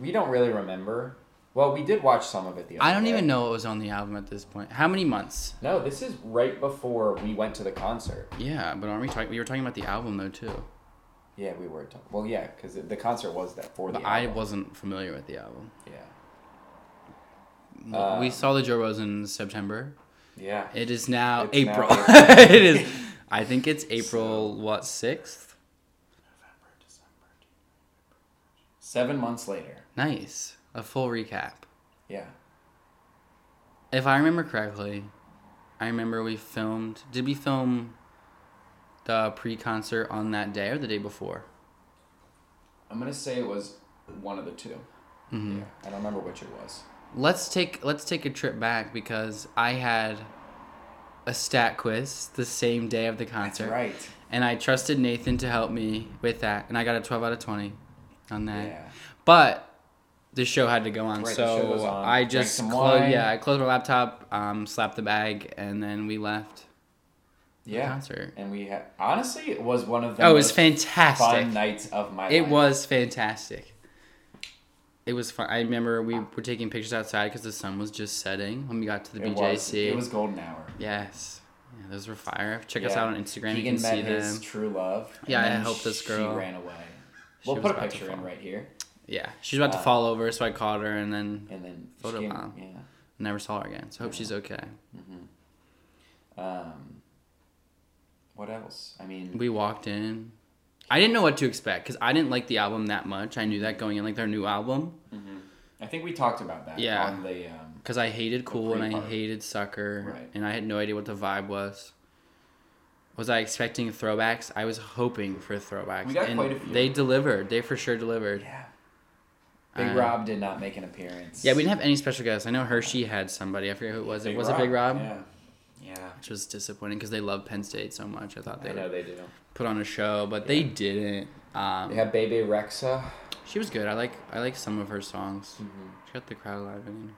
Speaker 7: We don't really remember. Well, we did watch some of it the other
Speaker 1: I don't
Speaker 7: day.
Speaker 1: even know what was on the album at this point. How many months?
Speaker 7: No, this is right before we went to the concert.
Speaker 1: Yeah, but aren't we talking? We were talking about the album though too.
Speaker 7: Yeah, we were. T- well, yeah, because the concert was that for the.
Speaker 1: But I
Speaker 7: album.
Speaker 1: wasn't familiar with the album.
Speaker 7: Yeah.
Speaker 1: Well, we
Speaker 7: Um,
Speaker 1: saw the Joe Bros in September.
Speaker 7: Yeah.
Speaker 1: It is now
Speaker 7: It's now
Speaker 1: April.
Speaker 7: April.
Speaker 1: <laughs> it is. I think it's April what sixth.
Speaker 7: November, December. Seven months later.
Speaker 1: Nice. A full recap.
Speaker 7: Yeah.
Speaker 1: If I remember correctly, I remember we filmed. Did we film the pre-concert on that day or the day before?
Speaker 7: I'm gonna say it was one of the 2
Speaker 1: Mm-hmm.
Speaker 7: Yeah. I don't remember which it was.
Speaker 1: Let's take let's take a trip back because I had a stat quiz the same day of the concert,
Speaker 7: Right.
Speaker 1: and I trusted Nathan to help me with that, and I got a twelve out of twenty on that.
Speaker 7: Yeah.
Speaker 1: But the show had to go on,
Speaker 7: Right, the show
Speaker 1: so
Speaker 7: goes on.
Speaker 1: I
Speaker 7: Drank
Speaker 1: just
Speaker 7: some
Speaker 1: closed.
Speaker 7: wine.
Speaker 1: Yeah, I closed my laptop, um, slapped the bag, and then we left the
Speaker 7: Yeah.
Speaker 1: concert.
Speaker 7: And we had honestly, it was one of the
Speaker 1: Oh, it was
Speaker 7: most
Speaker 1: fantastic.
Speaker 7: fun nights of my
Speaker 1: It
Speaker 7: life.
Speaker 1: was fantastic. It was fun. I remember we were taking pictures outside because the sun was just setting when we got to the
Speaker 7: It was.
Speaker 1: BJC.
Speaker 7: It was golden hour.
Speaker 1: yes. Yeah, those were fire. Check us
Speaker 7: Yeah.
Speaker 1: out on Instagram.
Speaker 7: Keegan
Speaker 1: you can
Speaker 7: met
Speaker 1: see
Speaker 7: his
Speaker 1: them.
Speaker 7: true love.
Speaker 1: Yeah,
Speaker 7: and
Speaker 1: I
Speaker 7: then
Speaker 1: helped this
Speaker 7: She
Speaker 1: girl.
Speaker 7: ran away.
Speaker 1: She
Speaker 7: We'll
Speaker 1: was
Speaker 7: put a
Speaker 1: about to
Speaker 7: picture in
Speaker 1: fall.
Speaker 7: right here,
Speaker 1: Yeah, she's about
Speaker 7: Uh,
Speaker 1: to fall over, so I called her and then
Speaker 7: and then she
Speaker 1: Photo
Speaker 7: came-
Speaker 1: bomb.
Speaker 7: Yeah.
Speaker 1: never saw her again. So hope she's okay.
Speaker 7: Um, what else? I mean,
Speaker 1: We walked in. I didn't know what to expect because I didn't like the album that much. I knew that going in, like their new album.
Speaker 7: I think we talked about that
Speaker 1: Yeah.
Speaker 7: on the um,
Speaker 1: because I hated Cool and I
Speaker 2: pre-party.
Speaker 1: hated Sucker,
Speaker 2: Right.
Speaker 1: and I had no idea what the vibe was. Was I expecting throwbacks? I was hoping for throwbacks.
Speaker 2: We got
Speaker 1: and
Speaker 2: quite a few.
Speaker 1: They delivered. They for sure delivered.
Speaker 2: Yeah. Big
Speaker 1: Uh,
Speaker 2: Rob did not make an appearance.
Speaker 1: Yeah, we didn't have any special guests. I know Hershey had somebody. I forget who it was. it was a Big Rob,
Speaker 2: Yeah. Yeah.
Speaker 1: which was disappointing because they love Penn State so much. I thought they
Speaker 2: I
Speaker 1: would
Speaker 2: know they do.
Speaker 1: put on a show, but they didn't. Um,
Speaker 2: They have Bebe Rexa.
Speaker 1: She was good. I like I like some of her songs.
Speaker 2: Mhm.
Speaker 1: She got the crowd alive in.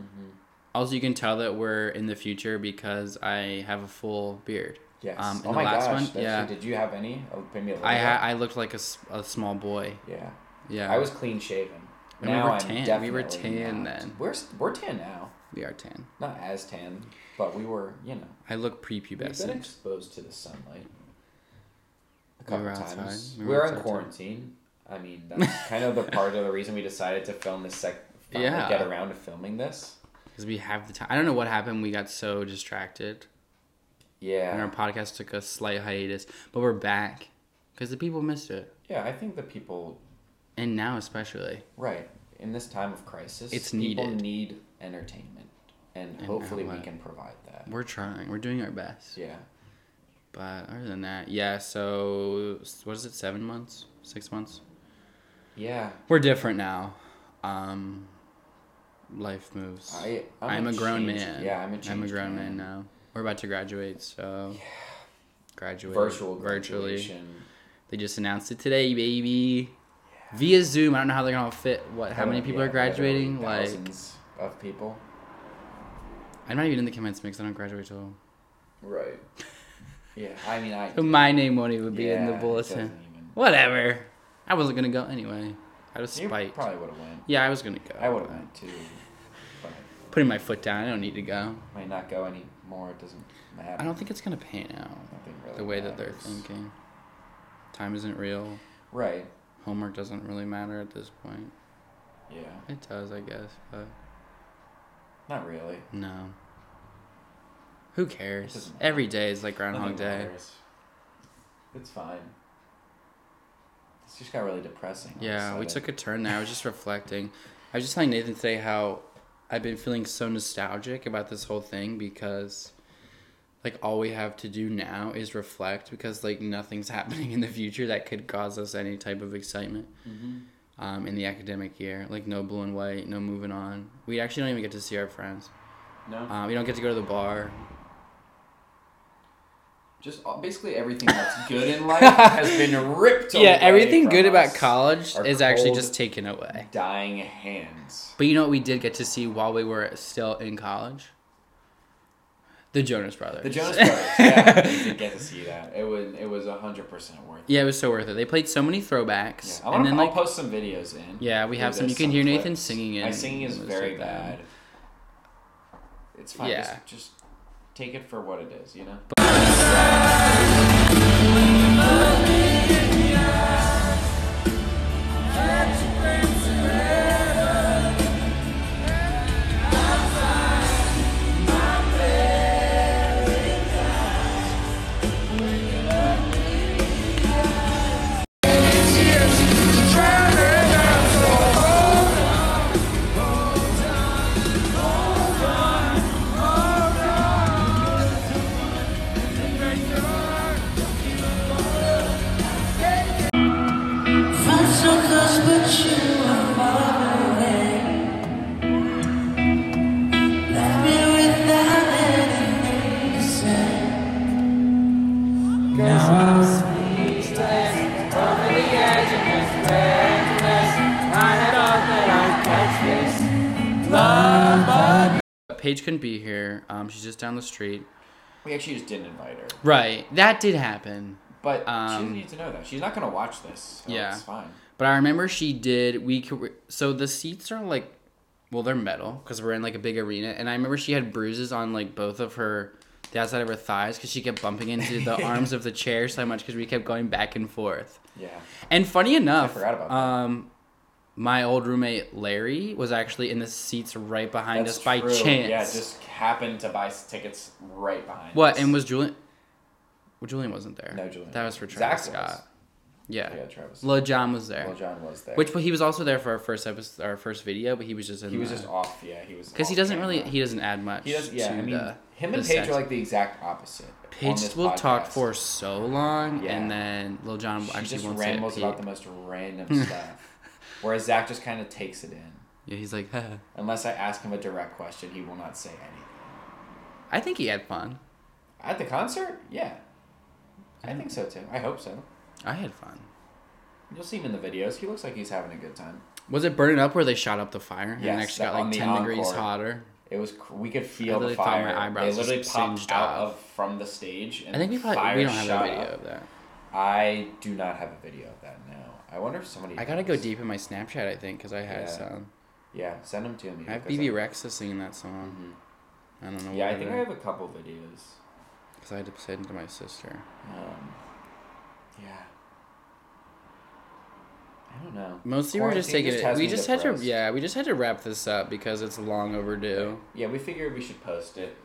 Speaker 1: mm-hmm. Also, you can tell that we're in the future because I have a full beard.
Speaker 2: Yes.
Speaker 1: Um, and
Speaker 2: oh
Speaker 1: the
Speaker 2: my
Speaker 1: last
Speaker 2: gosh.
Speaker 1: one,
Speaker 2: that's true.
Speaker 1: yeah.
Speaker 2: Did you have any? Oh, maybe a little
Speaker 1: I
Speaker 2: bit.
Speaker 1: ha- I looked like a, s- a small boy.
Speaker 2: yeah.
Speaker 1: Yeah,
Speaker 2: I was clean shaven.
Speaker 1: And we
Speaker 2: now
Speaker 1: were
Speaker 2: I'm
Speaker 1: tan. We were
Speaker 2: definitely
Speaker 1: tan
Speaker 2: not.
Speaker 1: then.
Speaker 2: We're s- we're tan now.
Speaker 1: We are tan.
Speaker 2: Not as tan, but we were. You know,
Speaker 1: I look
Speaker 2: we've been
Speaker 1: prepubescent.
Speaker 2: exposed to the sunlight a
Speaker 1: We
Speaker 2: couple
Speaker 1: were outside.
Speaker 2: times.
Speaker 1: We
Speaker 2: We
Speaker 1: were
Speaker 2: were in
Speaker 1: outside, too.
Speaker 2: quarantine. I mean,
Speaker 1: <laughs>
Speaker 2: that's kind of the part of the reason we decided to film this. Sec- finally
Speaker 1: Yeah.
Speaker 2: get around to filming this.
Speaker 1: Because we have the time. I don't know what happened. We got so distracted, and
Speaker 2: Yeah.
Speaker 1: our podcast took a slight hiatus. But we're back because the people missed it,
Speaker 2: Yeah, I think the people
Speaker 1: and now especially.
Speaker 2: Right. In this time of crisis,
Speaker 1: It's
Speaker 2: people
Speaker 1: needed.
Speaker 2: need entertainment, and,
Speaker 1: An
Speaker 2: hopefully we
Speaker 1: outlet.
Speaker 2: can provide that.
Speaker 1: We're trying. We're doing our best.
Speaker 2: Yeah.
Speaker 1: But other than that, yeah. So what is it? Seven months? Six months?
Speaker 2: Yeah.
Speaker 1: We're different now. Um, life moves.
Speaker 2: I
Speaker 1: I'm, a grown
Speaker 2: changed-
Speaker 1: man.
Speaker 2: Yeah, I'm
Speaker 1: I'm
Speaker 2: a
Speaker 1: a
Speaker 2: changed
Speaker 1: grown man now. We're about to graduate, so graduate
Speaker 2: Virtual
Speaker 1: virtually.
Speaker 2: graduation.
Speaker 1: They just announced it today, baby. Via Zoom. I don't know how they're gonna fit. What? How
Speaker 2: I
Speaker 1: many
Speaker 2: don't-
Speaker 1: people
Speaker 2: yeah,
Speaker 1: are graduating?
Speaker 2: literally
Speaker 1: Like,
Speaker 2: thousands of people.
Speaker 1: I'm not even in the commencement because I don't graduate till.
Speaker 2: Right. Yeah. I mean,
Speaker 1: <laughs>
Speaker 2: I.
Speaker 1: So my name won't even be in the
Speaker 2: yeah, it
Speaker 1: bulletin.
Speaker 2: doesn't even-
Speaker 1: Whatever. I wasn't gonna go anyway. I was
Speaker 2: You
Speaker 1: spiked.
Speaker 2: probably would have went.
Speaker 1: Yeah, I was gonna go.
Speaker 2: I would have went too, but
Speaker 1: Putting my foot down. I don't need to go.
Speaker 2: I might not go anymore. It doesn't matter.
Speaker 1: I don't think it's gonna pan out
Speaker 2: Nothing really
Speaker 1: the way that they're
Speaker 2: matters.
Speaker 1: thinking. Time isn't real.
Speaker 2: Right.
Speaker 1: Homework doesn't really matter at this point.
Speaker 2: Yeah.
Speaker 1: It does, I guess, but
Speaker 2: Not really.
Speaker 1: no. Who cares?
Speaker 2: doesn't matter.
Speaker 1: Every day is like Groundhog
Speaker 2: Nothing
Speaker 1: Day.
Speaker 2: matters. It's fine. This just got really depressing. all of a
Speaker 1: Yeah, we
Speaker 2: sudden.
Speaker 1: took a turn there. I was just reflecting. I was just telling Nathan today how I've been feeling so nostalgic about this whole thing because, like, all we have to do now is reflect because, like, nothing's <laughs> happening in the future that could cause us any type of excitement um, in the academic year. Like, no blue and white, no moving on. We actually don't even get to see our friends.
Speaker 2: no,
Speaker 1: Um, we don't get to go to the bar.
Speaker 2: just all, basically everything that's good
Speaker 1: <laughs>
Speaker 2: in life has been ripped.
Speaker 1: yeah,
Speaker 2: away
Speaker 1: everything
Speaker 2: from
Speaker 1: good about
Speaker 2: us.
Speaker 1: college
Speaker 2: Our
Speaker 1: is actually
Speaker 2: cold,
Speaker 1: just taken away.
Speaker 2: dying hands.
Speaker 1: But you know what we did get to see while we were still in college? The Jonas Brothers.
Speaker 2: The Jonas Brothers.
Speaker 1: <laughs>
Speaker 2: Yeah, we did get to see that. It was it was hundred percent worth. It.
Speaker 1: yeah, it was so worth it. They played so many
Speaker 2: Yeah,
Speaker 1: throwbacks,
Speaker 2: I
Speaker 1: and
Speaker 2: want to
Speaker 1: then like
Speaker 2: post some videos in.
Speaker 1: Yeah, we
Speaker 2: Maybe
Speaker 1: have some.
Speaker 2: there's
Speaker 1: You can hear Nathan
Speaker 2: clips.
Speaker 1: singing
Speaker 2: My
Speaker 1: in.
Speaker 2: singing is
Speaker 1: It was
Speaker 2: very
Speaker 1: so
Speaker 2: bad.
Speaker 1: bad.
Speaker 2: It's fine.
Speaker 1: Yeah.
Speaker 2: Just, just take it for what it is, you know.
Speaker 8: I'm so close, but you are far away. Left me without anything to say. Now I'm speechless, over the edge of this madness. I had all that I could face.
Speaker 1: Paige couldn't be here. Um, she's just down the street.
Speaker 2: We actually just didn't invite her.
Speaker 1: Right, that did happen.
Speaker 2: But she
Speaker 1: Um,
Speaker 2: doesn't need to know that. She's not gonna watch this. So
Speaker 1: Yeah.
Speaker 2: it's fine.
Speaker 1: But I remember she did. We c- so the seats are like, well, they're metal because we're in like a big arena, and I remember she had bruises on like both of her, the outside of her thighs because she kept bumping into
Speaker 2: <laughs>
Speaker 1: the arms of the chair so much because we kept going back and forth.
Speaker 2: Yeah.
Speaker 1: And funny enough,
Speaker 2: I forgot about that.
Speaker 1: um, my old roommate Larry was actually in the seats right behind us by
Speaker 2: true.
Speaker 1: chance.
Speaker 2: Yeah, just happened to buy s- tickets right behind.
Speaker 1: what?
Speaker 2: us.
Speaker 1: And was Julian? Well, Julian wasn't there.
Speaker 2: No, Julian
Speaker 1: That was for
Speaker 2: wasn't.
Speaker 1: Travis
Speaker 2: Zach was.
Speaker 1: Scott. Yeah.
Speaker 7: Yeah, Travis.
Speaker 1: Lil Jon was there.
Speaker 7: Lil Jon was there.
Speaker 1: Which but he was also there for our first episode, our first video, but he was just in.
Speaker 7: he was just off. Yeah, he was.
Speaker 1: because he
Speaker 7: off
Speaker 1: doesn't
Speaker 7: camera.
Speaker 1: really he doesn't add much.
Speaker 7: He does. Yeah,
Speaker 1: to
Speaker 7: I mean,
Speaker 1: the-
Speaker 7: him
Speaker 1: the
Speaker 7: and Paige
Speaker 1: set.
Speaker 7: are like the exact opposite. on this
Speaker 1: Paige will talk
Speaker 7: podcast.
Speaker 1: for so long,
Speaker 7: Yeah.
Speaker 1: and then Lil Jon
Speaker 7: She
Speaker 1: actually
Speaker 7: just
Speaker 1: won't say a
Speaker 7: rambles about
Speaker 1: peep.
Speaker 7: the most
Speaker 1: Hmm.
Speaker 7: random stuff, whereas Zach just kind of takes it in.
Speaker 1: Yeah, he's like, <laughs>
Speaker 7: Unless I ask him a direct question, he will not say anything.
Speaker 1: I think he had fun.
Speaker 7: At the concert, yeah, I think so too. I hope so.
Speaker 1: I had fun.
Speaker 7: You'll see him in the videos. He looks like he's having a good time.
Speaker 1: Was it burning up where they shot up the fire and
Speaker 7: Yes,
Speaker 1: it actually
Speaker 7: that-
Speaker 1: got
Speaker 7: on
Speaker 1: like
Speaker 7: the
Speaker 1: ten degrees
Speaker 7: encore.
Speaker 1: hotter?
Speaker 7: It was cr- we could feel the
Speaker 1: literally thought my
Speaker 7: fire.
Speaker 1: eyebrows
Speaker 7: they literally
Speaker 1: just
Speaker 7: popped
Speaker 1: singed
Speaker 7: out
Speaker 1: off.
Speaker 7: of from the stage. And
Speaker 1: I think we probably
Speaker 7: fire
Speaker 1: we don't have
Speaker 7: shot
Speaker 1: a video
Speaker 7: up.
Speaker 1: of that.
Speaker 7: I do not have a video of that now. I wonder if somebody.
Speaker 1: I gotta go
Speaker 7: does.
Speaker 1: deep in my Snapchat. I think because I had
Speaker 7: Yeah.
Speaker 1: some.
Speaker 7: Yeah, send them to me.
Speaker 1: I have
Speaker 7: because
Speaker 1: BB Rexa singing that
Speaker 7: I-
Speaker 1: song.
Speaker 7: Mhm.
Speaker 1: I don't know.
Speaker 7: Yeah, I
Speaker 1: what
Speaker 7: think
Speaker 1: it-
Speaker 7: I have a couple videos.
Speaker 1: Because I had to send it to my sister.
Speaker 7: Um, yeah. I don't know.
Speaker 1: Mostly we we're just
Speaker 7: Quarantine
Speaker 1: taking
Speaker 7: just
Speaker 1: it.
Speaker 7: has
Speaker 1: We
Speaker 7: me
Speaker 1: just had to.
Speaker 7: depressed.
Speaker 1: Yeah, we just had to wrap this up because it's long overdue.
Speaker 7: Yeah, we figured we should post it.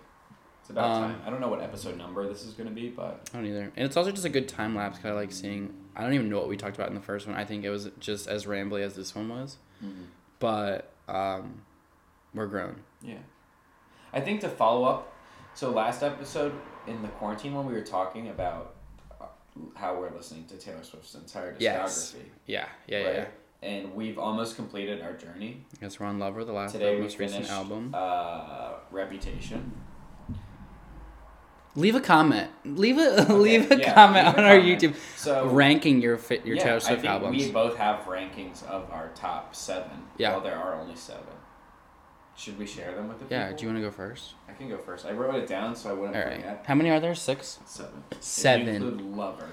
Speaker 7: It's
Speaker 1: Um,
Speaker 7: about time. I don't know what episode number this is gonna be, but
Speaker 1: I don't either. And it's also just a good time lapse because I like seeing. I don't even know what we talked about in the first one. I think it was just as rambly as this one was.
Speaker 7: Mm-hmm.
Speaker 1: But um, we're grown.
Speaker 7: yeah. I think to follow up. So last episode in the quarantine one, we were talking about uh, how we're listening to Taylor Swift's entire discography.
Speaker 1: Yes. Yeah, yeah, yeah.
Speaker 7: right?
Speaker 1: yeah.
Speaker 7: And we've almost completed our journey.
Speaker 1: Yes, we're on Lover, the last
Speaker 7: Today
Speaker 1: our
Speaker 7: we
Speaker 1: most recent
Speaker 7: finished,
Speaker 1: album.
Speaker 7: Uh, Reputation.
Speaker 1: leave a comment. Leave a <laughs> leave a
Speaker 7: yeah,
Speaker 1: comment
Speaker 7: leave a
Speaker 1: on our
Speaker 7: comment.
Speaker 1: YouTube
Speaker 7: So
Speaker 1: ranking your fi- your
Speaker 7: yeah,
Speaker 1: Taylor
Speaker 7: I
Speaker 1: Swift
Speaker 7: think
Speaker 1: albums.
Speaker 7: We both have rankings of our top seven.
Speaker 1: Yeah.
Speaker 7: Well, there are only seven. Should we share them with the
Speaker 1: Yeah.
Speaker 7: people?
Speaker 1: Do you want to go first?
Speaker 7: I can go first. I wrote it down so I wouldn't
Speaker 1: All right.
Speaker 7: forget.
Speaker 1: How many are there? Six.
Speaker 7: Seven. If you
Speaker 1: Seven.
Speaker 7: include lover.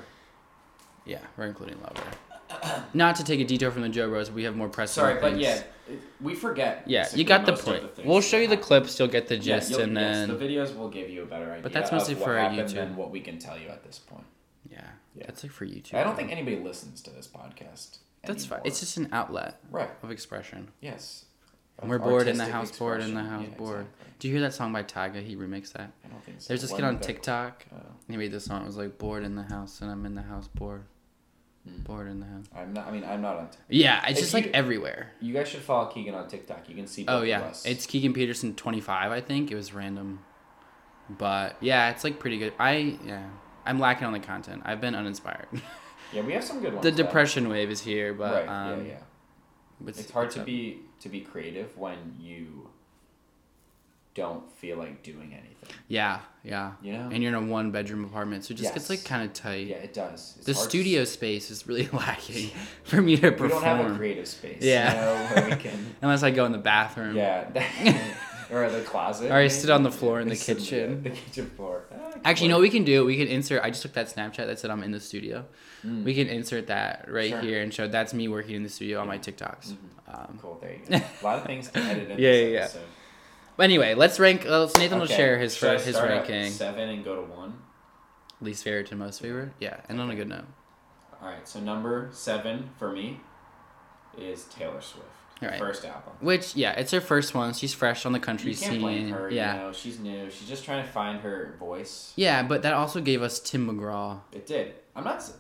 Speaker 1: Yeah, we're including Lover.
Speaker 7: <coughs>
Speaker 1: Not to take a detour from the Joe Bros, we have more press.
Speaker 7: Sorry, but yeah, it- we forget.
Speaker 1: Yeah,
Speaker 7: basically
Speaker 1: you got the
Speaker 7: most of
Speaker 1: point.
Speaker 7: things
Speaker 1: we'll
Speaker 7: that
Speaker 1: show you the
Speaker 7: happened.
Speaker 1: clips. You'll get the
Speaker 7: Yeah,
Speaker 1: gist,
Speaker 7: you'll-
Speaker 1: and
Speaker 7: yes,
Speaker 1: then
Speaker 7: the videos will give you a better idea.
Speaker 1: that's
Speaker 7: of
Speaker 1: mostly
Speaker 7: what
Speaker 1: for our
Speaker 7: happened
Speaker 1: YouTube.
Speaker 7: than what we can tell you at this point.
Speaker 1: yeah,
Speaker 7: Yeah.
Speaker 1: that's like for YouTube.
Speaker 7: I don't think anybody listens to this podcast.
Speaker 1: that's fine.
Speaker 7: anymore.
Speaker 1: It's just an outlet
Speaker 7: right.
Speaker 1: of expression.
Speaker 7: Yes.
Speaker 1: And we're bored in the
Speaker 7: Artistic
Speaker 1: house, bored in the
Speaker 7: expression.
Speaker 1: house,
Speaker 7: Yeah,
Speaker 1: bored.
Speaker 7: exactly.
Speaker 1: Do you hear that song by Tyga? He remixed that.
Speaker 7: I don't think so.
Speaker 1: There's this
Speaker 7: When
Speaker 1: kid on
Speaker 7: the-
Speaker 1: TikTok.
Speaker 7: Oh.
Speaker 1: He made this song. It was like bored in the house, and I'm in the house, bored,
Speaker 7: Hmm.
Speaker 1: bored in the house.
Speaker 7: I'm not. I mean, I'm not on. T-
Speaker 1: Yeah, it's
Speaker 7: If
Speaker 1: just like
Speaker 7: you-
Speaker 1: everywhere.
Speaker 7: you guys should follow Keegan on TikTok. You can see. both
Speaker 1: Oh
Speaker 7: of
Speaker 1: yeah,
Speaker 7: us.
Speaker 1: it's Keegan Peterson twenty five. I think it was random, but yeah, it's like pretty good. I yeah, I'm lacking on the content. I've been uninspired. <laughs>
Speaker 7: yeah. We have some good ones.
Speaker 1: the
Speaker 7: though.
Speaker 1: depression wave is here, but
Speaker 7: right.
Speaker 1: um,
Speaker 7: yeah, yeah.
Speaker 1: It's,
Speaker 7: It's hard to
Speaker 1: up.
Speaker 7: be to be creative when you don't feel like doing anything.
Speaker 1: Yeah, yeah.
Speaker 7: You know.
Speaker 1: And you're in a one bedroom apartment, so it just gets
Speaker 7: Yes.
Speaker 1: like kind of tight.
Speaker 7: yeah, it does. It's
Speaker 1: the
Speaker 7: hard to-
Speaker 1: studio space is really <laughs> lacking for me to
Speaker 7: We
Speaker 1: perform.
Speaker 7: don't have a creative space.
Speaker 1: Yeah.
Speaker 7: You know, where
Speaker 1: <laughs>
Speaker 7: we can.
Speaker 1: Unless I go in the bathroom.
Speaker 7: Yeah. that- <laughs> or the closet.
Speaker 1: Or I
Speaker 7: maybe?
Speaker 1: sit on the floor in the
Speaker 7: Sit
Speaker 1: kitchen.
Speaker 7: The, kitchen floor. Ah, it could
Speaker 1: <laughs> Actually, you know
Speaker 7: work.
Speaker 1: what we can do? We can insert. I just took that Snapchat that said I'm in the studio.
Speaker 7: Mm.
Speaker 1: We can insert that right
Speaker 7: Sure. Mm-hmm.
Speaker 1: here and show that's me working in the studio on my TikToks. Um,
Speaker 7: Cool. There you go. A lot of things to edit
Speaker 1: <laughs>
Speaker 7: in
Speaker 1: Yeah,
Speaker 7: this
Speaker 1: yeah, yeah.
Speaker 7: episode.
Speaker 1: but anyway, let's rank. Uh, let's- Nathan will
Speaker 7: Okay,
Speaker 1: share his
Speaker 7: should I
Speaker 1: fir- his
Speaker 7: start at
Speaker 1: ranking,
Speaker 7: Seven and go to one.
Speaker 1: least favorite to most favorite. Yeah, and on a good note.
Speaker 7: All right. So number seven for me is Taylor Swift.
Speaker 1: All right.
Speaker 7: First album.
Speaker 1: Which yeah, it's her first one. She's fresh on the country
Speaker 7: You can't
Speaker 1: scene.
Speaker 7: blame her.
Speaker 1: yeah,
Speaker 7: You know, she's new. She's just trying to find her voice.
Speaker 1: yeah, but that also gave us Tim McGraw.
Speaker 7: It did. I'm not. s-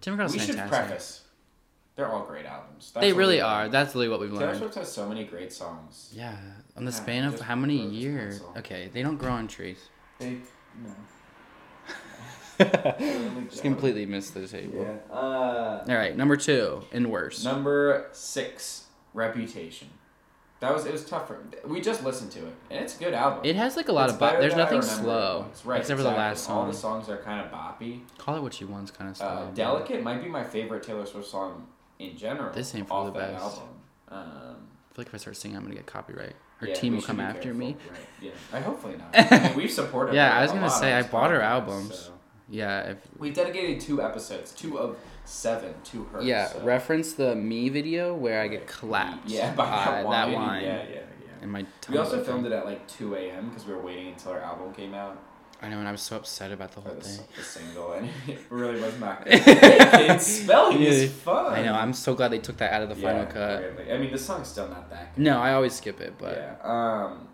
Speaker 1: Tim McGraw's
Speaker 7: we should
Speaker 1: fantastic.
Speaker 7: preface. They're all great albums. That's
Speaker 1: they
Speaker 7: what
Speaker 1: really
Speaker 7: we-
Speaker 1: are. That's really what we've
Speaker 7: Taylor
Speaker 1: learned.
Speaker 7: Swift has so many great songs.
Speaker 1: Yeah, on the
Speaker 7: Yeah,
Speaker 1: span of
Speaker 7: just
Speaker 1: how many
Speaker 7: grow this
Speaker 1: years?
Speaker 7: pencil.
Speaker 1: Okay, they don't grow on trees.
Speaker 7: They.
Speaker 1: <laughs>
Speaker 7: No.
Speaker 1: Just completely missed the table.
Speaker 7: Yeah. Uh,
Speaker 1: All right, number two and worse.
Speaker 7: number six, Reputation. That was it was tougher. We just listened to it, and it's a good album.
Speaker 1: It has like a lot
Speaker 7: It's
Speaker 1: of bop.
Speaker 7: better
Speaker 1: There's
Speaker 7: than I
Speaker 1: nothing
Speaker 7: remember it
Speaker 1: slow,
Speaker 7: was. Right,
Speaker 1: except for the
Speaker 7: exactly.
Speaker 1: last
Speaker 7: All
Speaker 1: song.
Speaker 7: the songs are kind of boppy.
Speaker 1: Call it what you want's kind of slow.
Speaker 7: Uh,
Speaker 1: but-
Speaker 7: Delicate might be my favorite Taylor Swift song in general.
Speaker 1: This ain't for
Speaker 7: off
Speaker 1: the
Speaker 7: that
Speaker 1: best.
Speaker 7: album. Um,
Speaker 1: I feel like if I start singing, I'm gonna get copyright. Her
Speaker 7: yeah,
Speaker 1: team
Speaker 7: we
Speaker 1: will
Speaker 7: should
Speaker 1: come
Speaker 7: be
Speaker 1: after me.
Speaker 7: careful, Right. Yeah, I hopefully
Speaker 1: <laughs>
Speaker 7: not. I mean, we've supported.
Speaker 1: Yeah,
Speaker 7: her
Speaker 1: I was
Speaker 7: a
Speaker 1: gonna
Speaker 7: lot on
Speaker 1: say, I
Speaker 7: this
Speaker 1: bought her
Speaker 7: podcast,
Speaker 1: albums.
Speaker 7: so-
Speaker 1: Yeah, if
Speaker 7: We've dedicated two episodes, two of seven, to her.
Speaker 1: yeah,
Speaker 7: so-
Speaker 1: reference the me video where I get
Speaker 7: Right.
Speaker 1: collapsed.
Speaker 7: Yeah, <laughs> by that
Speaker 1: uh,
Speaker 7: wine.
Speaker 1: that wine.
Speaker 7: Yeah, yeah, yeah.
Speaker 1: And my
Speaker 7: We also
Speaker 1: tongue-
Speaker 7: filmed it at like 2 a.m. because we were waiting until our album came out,
Speaker 1: I know, and I was so upset about the
Speaker 7: or
Speaker 1: whole
Speaker 7: the,
Speaker 1: thing.
Speaker 7: the single, and <laughs> it really
Speaker 1: <laughs>
Speaker 7: was not good. it's spelling
Speaker 1: Yeah.
Speaker 7: is
Speaker 1: <laughs>
Speaker 7: fun.
Speaker 1: I know. I'm so glad they took that out of the
Speaker 7: Yeah,
Speaker 1: final cut.
Speaker 7: really. I mean, the song's still not that good.
Speaker 1: No, I always skip it, but
Speaker 7: yeah. Um,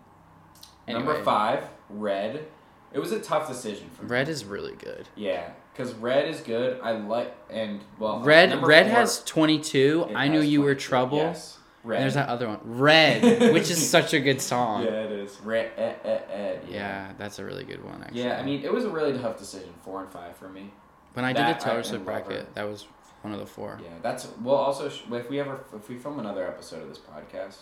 Speaker 1: anyway.
Speaker 7: Number five, Red. It was a tough decision for me.
Speaker 1: Red is really good.
Speaker 7: Yeah, because red is good. I like and well.
Speaker 1: Red
Speaker 7: Uh, number
Speaker 1: Red
Speaker 7: four,
Speaker 1: has 22.
Speaker 7: it
Speaker 1: I knew
Speaker 7: has
Speaker 1: you were
Speaker 7: 22.
Speaker 1: trouble.
Speaker 7: Yes. Red.
Speaker 1: And there's that other one. Red, which
Speaker 7: <laughs>
Speaker 1: is such a good
Speaker 7: yeah,
Speaker 1: song. Yeah.
Speaker 7: it is. Red. Eh, eh, eh, yeah.
Speaker 1: that's a really good one actually.
Speaker 7: Yeah, I mean, it was a really tough decision, four and five for me.
Speaker 1: when I did
Speaker 7: that
Speaker 1: the
Speaker 7: I-
Speaker 1: Taylor
Speaker 7: and
Speaker 1: Swift
Speaker 7: Lover.
Speaker 1: bracket, that was one of the four.
Speaker 7: Yeah, that's well. Also, sh- if we ever if we film another episode of this podcast,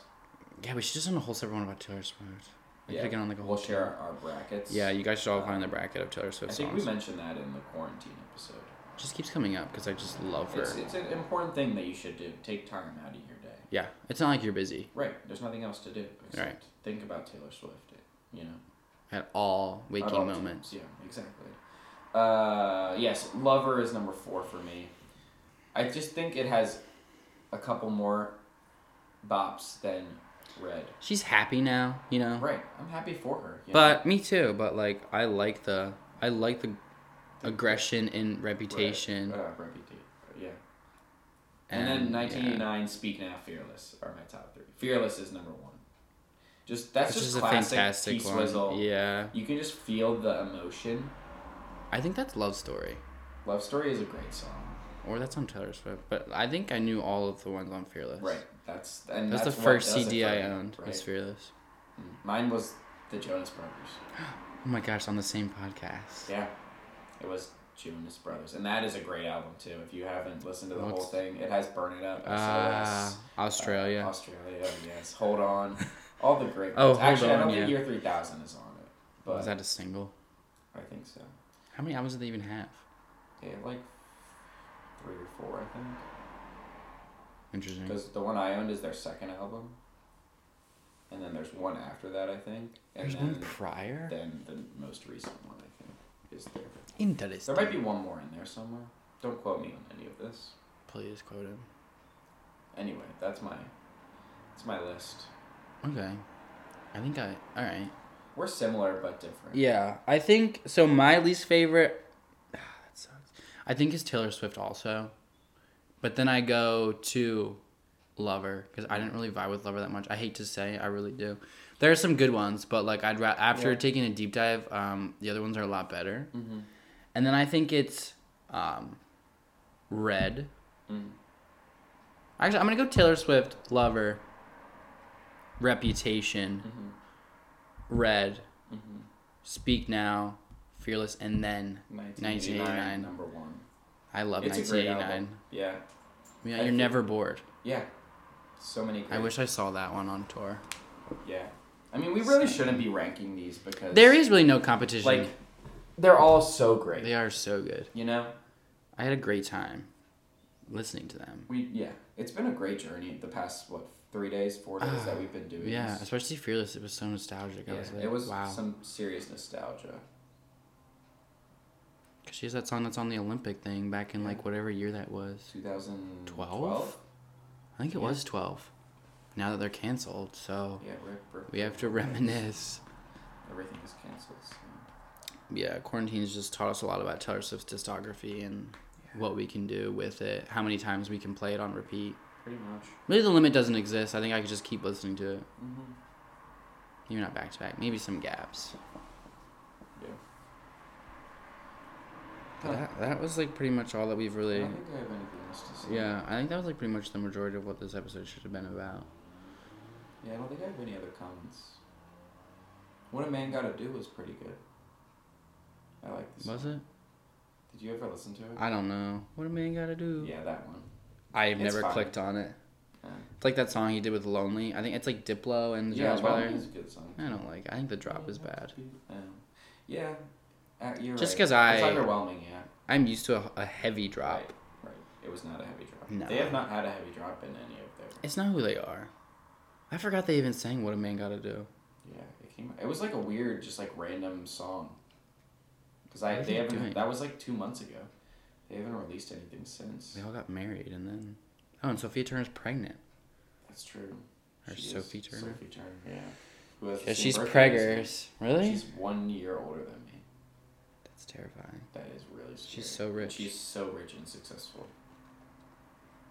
Speaker 1: Yeah, we should just done a whole separate one about Taylor Swift. We
Speaker 7: Yeah,
Speaker 1: could get on like a whole
Speaker 7: we'll share
Speaker 1: share.
Speaker 7: our, our brackets.
Speaker 1: Yeah, you guys should all
Speaker 7: Um,
Speaker 1: find the bracket of Taylor
Speaker 7: I
Speaker 1: Swift
Speaker 7: think
Speaker 1: songs.
Speaker 7: we mentioned that in the quarantine episode.
Speaker 1: just keeps coming up because I just love her.
Speaker 7: It's, it's an important thing that you should do. Take time out of your day.
Speaker 1: yeah, it's not like you're busy
Speaker 7: Right. There's nothing else to do except
Speaker 1: Right.
Speaker 7: think about Taylor Swift. You know.
Speaker 1: at all waking
Speaker 7: At all
Speaker 1: moments.
Speaker 7: times, Yeah, exactly. Uh, yes, Lover is number four for me. I just think it has a couple more bops than Red.
Speaker 1: She's happy now, you know.
Speaker 7: Right, I'm happy for her. you know?
Speaker 1: But me too. But like, I like the I like the aggression and reputation.
Speaker 7: Right, uh, reputation. Yeah. And, then
Speaker 1: yeah.
Speaker 7: 1989, Speak Now, Fearless are my top three. Fearless is number one. Just that's
Speaker 1: Which
Speaker 7: just,
Speaker 1: is a
Speaker 7: classic
Speaker 1: fantastic
Speaker 7: T
Speaker 1: one.
Speaker 7: Swizzle.
Speaker 1: Yeah,
Speaker 7: You can just feel the emotion.
Speaker 1: I think that's Love Story,
Speaker 7: Love Story is a great song.
Speaker 1: or that's on Taylor Swift. But I think I knew all of the ones on Fearless.
Speaker 7: Right. That's and
Speaker 1: That's, the
Speaker 7: what-
Speaker 1: first
Speaker 7: that's the
Speaker 1: CD I
Speaker 7: first-
Speaker 1: owned
Speaker 7: right.
Speaker 1: was Fearless.
Speaker 7: Mm. Mine was the Jonas Brothers.
Speaker 1: Oh my gosh, on the same podcast.
Speaker 7: Yeah, it was Jonas Brothers, and that is a great album too. If you haven't listened to the whole
Speaker 1: What's-
Speaker 7: thing, it has "Burn It Up,"
Speaker 1: Ah,
Speaker 7: SOS,
Speaker 1: Australia.
Speaker 7: uh, Australia, yes.
Speaker 1: <laughs>
Speaker 7: Hold on, all the great.
Speaker 1: Oh,
Speaker 7: ones.
Speaker 1: Hold
Speaker 7: actually, I
Speaker 1: On,
Speaker 7: don't think
Speaker 1: yeah.
Speaker 7: Year Three Thousand is on it, but
Speaker 1: was that a single?
Speaker 7: I think so.
Speaker 1: How many albums did they even have?
Speaker 7: Yeah, like three or four, I think.
Speaker 1: Mm. Interesting.
Speaker 7: Because the one I owned is their second album, and then there's one after that, I think, and
Speaker 1: There's one
Speaker 7: then
Speaker 1: prior.
Speaker 7: then the most recent one, I think, is there.
Speaker 1: Interesting.
Speaker 7: There might be one more in there somewhere. Don't quote me on any of this.
Speaker 1: Please quote him.
Speaker 7: Anyway, that's my that's my list.
Speaker 1: Okay. I think I. All right.
Speaker 7: We're similar but different.
Speaker 1: Yeah, I think so. My least favorite. <sighs> that sucks. I think is Taylor Swift also, but then I go to Lover because I didn't really vibe with Lover that much. I hate to say, I really do. There are some good ones, but like I'd ra- after
Speaker 7: Yeah.
Speaker 1: taking a deep dive, um, the other ones are a lot better.
Speaker 7: Mm-hmm.
Speaker 1: And then I think it's um, Red.
Speaker 7: Mm.
Speaker 1: Actually, I'm gonna go Taylor Swift, Lover, Reputation,
Speaker 7: Mm-hmm.
Speaker 1: Red,
Speaker 7: Mm-hmm.
Speaker 1: Speak Now, Fearless, and then 1989.
Speaker 7: number one.
Speaker 1: I love
Speaker 7: It's a great
Speaker 1: 1989.
Speaker 7: album. Yeah,
Speaker 1: Yeah,
Speaker 7: I
Speaker 1: you're
Speaker 7: think-
Speaker 1: never bored.
Speaker 7: yeah. So many. Great,
Speaker 1: I wish I saw that one on tour.
Speaker 7: Yeah, I mean, we really shouldn't be ranking these because
Speaker 1: There is really no competition.
Speaker 7: like they're all so great.
Speaker 1: they are so good.
Speaker 7: You know,
Speaker 1: I had a great time listening to them.
Speaker 7: we yeah, it's been a great journey the past what three days, four days that we've been doing.
Speaker 1: Ah, Yeah,
Speaker 7: this.
Speaker 1: especially Fearless. It was so nostalgic. I
Speaker 7: Yeah,
Speaker 1: was like,
Speaker 7: it was
Speaker 1: wow.
Speaker 7: some serious nostalgia.
Speaker 1: 'Cause she has that song that's on the Olympic thing back in like whatever year that was.
Speaker 7: 2012.
Speaker 1: Twelve? I think it
Speaker 7: Yeah.
Speaker 1: was 12. Now that they're canceled, so
Speaker 7: Yeah, rip, rip.
Speaker 1: we have to <laughs> reminisce.
Speaker 7: Everything is canceled. So.
Speaker 1: Yeah, quarantine's just taught us a lot about Taylor Swift's discography and what we can do with it, how many times we can play it on repeat.
Speaker 7: Pretty much.
Speaker 1: Really, the limit doesn't exist. I think I could just keep listening to it.
Speaker 7: Mm-hmm.
Speaker 1: Maybe not back to back. Maybe some gaps.
Speaker 7: Yeah.
Speaker 1: But that, that was like pretty much all that we've
Speaker 7: I
Speaker 1: really.
Speaker 7: don't think I have anything else to say.
Speaker 1: Yeah, I think that was like pretty much the majority of what this episode should have been about.
Speaker 7: Yeah, I don't think I have any other comments. What a man got to do was pretty good. I like this.
Speaker 1: Was it?
Speaker 7: Did you ever listen to it?
Speaker 1: I don't know. What a man gotta do.
Speaker 7: yeah, that one.
Speaker 1: I've
Speaker 7: It's
Speaker 1: never
Speaker 7: fine.
Speaker 1: clicked on it.
Speaker 7: Yeah.
Speaker 1: It's like that song he did with Lonely. I think it's like Diplo and the
Speaker 7: yeah,
Speaker 1: Jonas
Speaker 7: Lonely
Speaker 1: Brothers.
Speaker 7: is a good song.
Speaker 1: I don't like. I think the drop is bad.
Speaker 7: Um, yeah, uh, you're
Speaker 1: Just
Speaker 7: right.
Speaker 1: 'cause
Speaker 7: it's
Speaker 1: I-
Speaker 7: underwhelming. Yeah,
Speaker 1: I'm used to a, a heavy drop.
Speaker 7: Right. right. It was not a heavy drop.
Speaker 1: No.
Speaker 7: They have not had a heavy drop in any of their.
Speaker 1: It's not who they are. I forgot they even sang "What a Man Gotta Do."
Speaker 7: Yeah, it came. It was like a weird, just like random song. Cause I
Speaker 1: What are
Speaker 7: they
Speaker 1: they
Speaker 7: haven't.
Speaker 1: doing?
Speaker 7: That was like two months ago. They haven't released anything since.
Speaker 1: They all got married, and then oh, and Sophia Turner's pregnant.
Speaker 7: That's true.
Speaker 1: Or
Speaker 7: She is
Speaker 1: Sophie Turner.
Speaker 7: Sophie Turner. Yeah. Who has the
Speaker 1: Yeah,
Speaker 7: same
Speaker 1: she's
Speaker 7: birthday as me.
Speaker 1: preggers. Really?
Speaker 7: She's one year older than me.
Speaker 1: That's terrifying.
Speaker 7: That is really. Scary.
Speaker 1: She's so
Speaker 7: And
Speaker 1: rich.
Speaker 7: She's so rich and successful.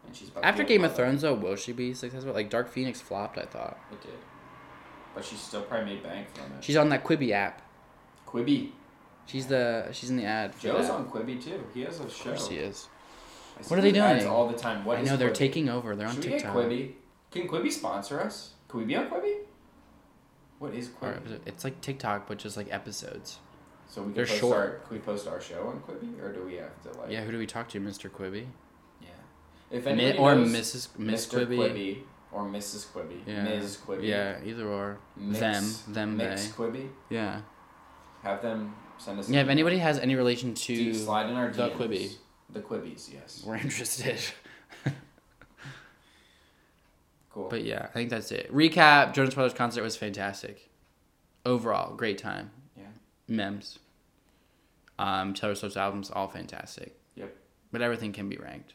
Speaker 7: And she's about to
Speaker 1: After
Speaker 7: be a
Speaker 1: Game of
Speaker 7: mother.
Speaker 1: Thrones, though, will she be successful? Like Dark Phoenix flopped, I thought.
Speaker 7: It did. But she still probably made bank from it.
Speaker 1: She's on that Quibi app.
Speaker 7: Quibi.
Speaker 1: She's the she's in the ad. for
Speaker 7: Joe's
Speaker 1: that.
Speaker 7: on Quibi too. He has a
Speaker 1: Of
Speaker 7: show.
Speaker 1: course he is.
Speaker 7: I
Speaker 1: What are
Speaker 7: see
Speaker 1: they
Speaker 7: ads
Speaker 1: doing?
Speaker 7: all the time. What
Speaker 1: I
Speaker 7: is
Speaker 1: know they're
Speaker 7: Quibi?
Speaker 1: taking over. They're on
Speaker 7: Should we get
Speaker 1: TikTok.
Speaker 7: Quibi? Can Quibi sponsor us? Can we be on Quibi? What is
Speaker 1: Or
Speaker 7: Quibi?
Speaker 1: it's like TikTok, but just like episodes.
Speaker 7: So we can
Speaker 1: They're
Speaker 7: post
Speaker 1: short.
Speaker 7: our can we post our show on Quibi or do we have to like
Speaker 1: Yeah, who do we talk to, Mr. Quibi?
Speaker 7: yeah. If
Speaker 1: Mi-
Speaker 7: anybody
Speaker 1: or
Speaker 7: knows
Speaker 1: Mrs. Miss
Speaker 7: Mr.
Speaker 1: Quibi.
Speaker 7: or Mrs. Quibi,
Speaker 1: Yeah.
Speaker 7: Ms. Quibi,
Speaker 1: Yeah, either or.
Speaker 7: Mix,
Speaker 1: them, them,
Speaker 7: Mix
Speaker 1: they.
Speaker 7: Quibi,
Speaker 1: Yeah.
Speaker 7: have them send us.
Speaker 1: Yeah, if
Speaker 7: an
Speaker 1: anybody has any relation to,
Speaker 7: email. Do you slide in our
Speaker 1: the
Speaker 7: DMs?
Speaker 1: Quibi.
Speaker 7: the Quibbies, yes,
Speaker 1: we're
Speaker 7: <laughs>
Speaker 1: interested.
Speaker 7: cool.
Speaker 1: But yeah, I think that's it. Recap: Jonas Brothers concert was fantastic. Overall, great time.
Speaker 7: Yeah.
Speaker 1: Memes. Um, Taylor Swift's albums all fantastic.
Speaker 7: Yep.
Speaker 1: But everything can be ranked.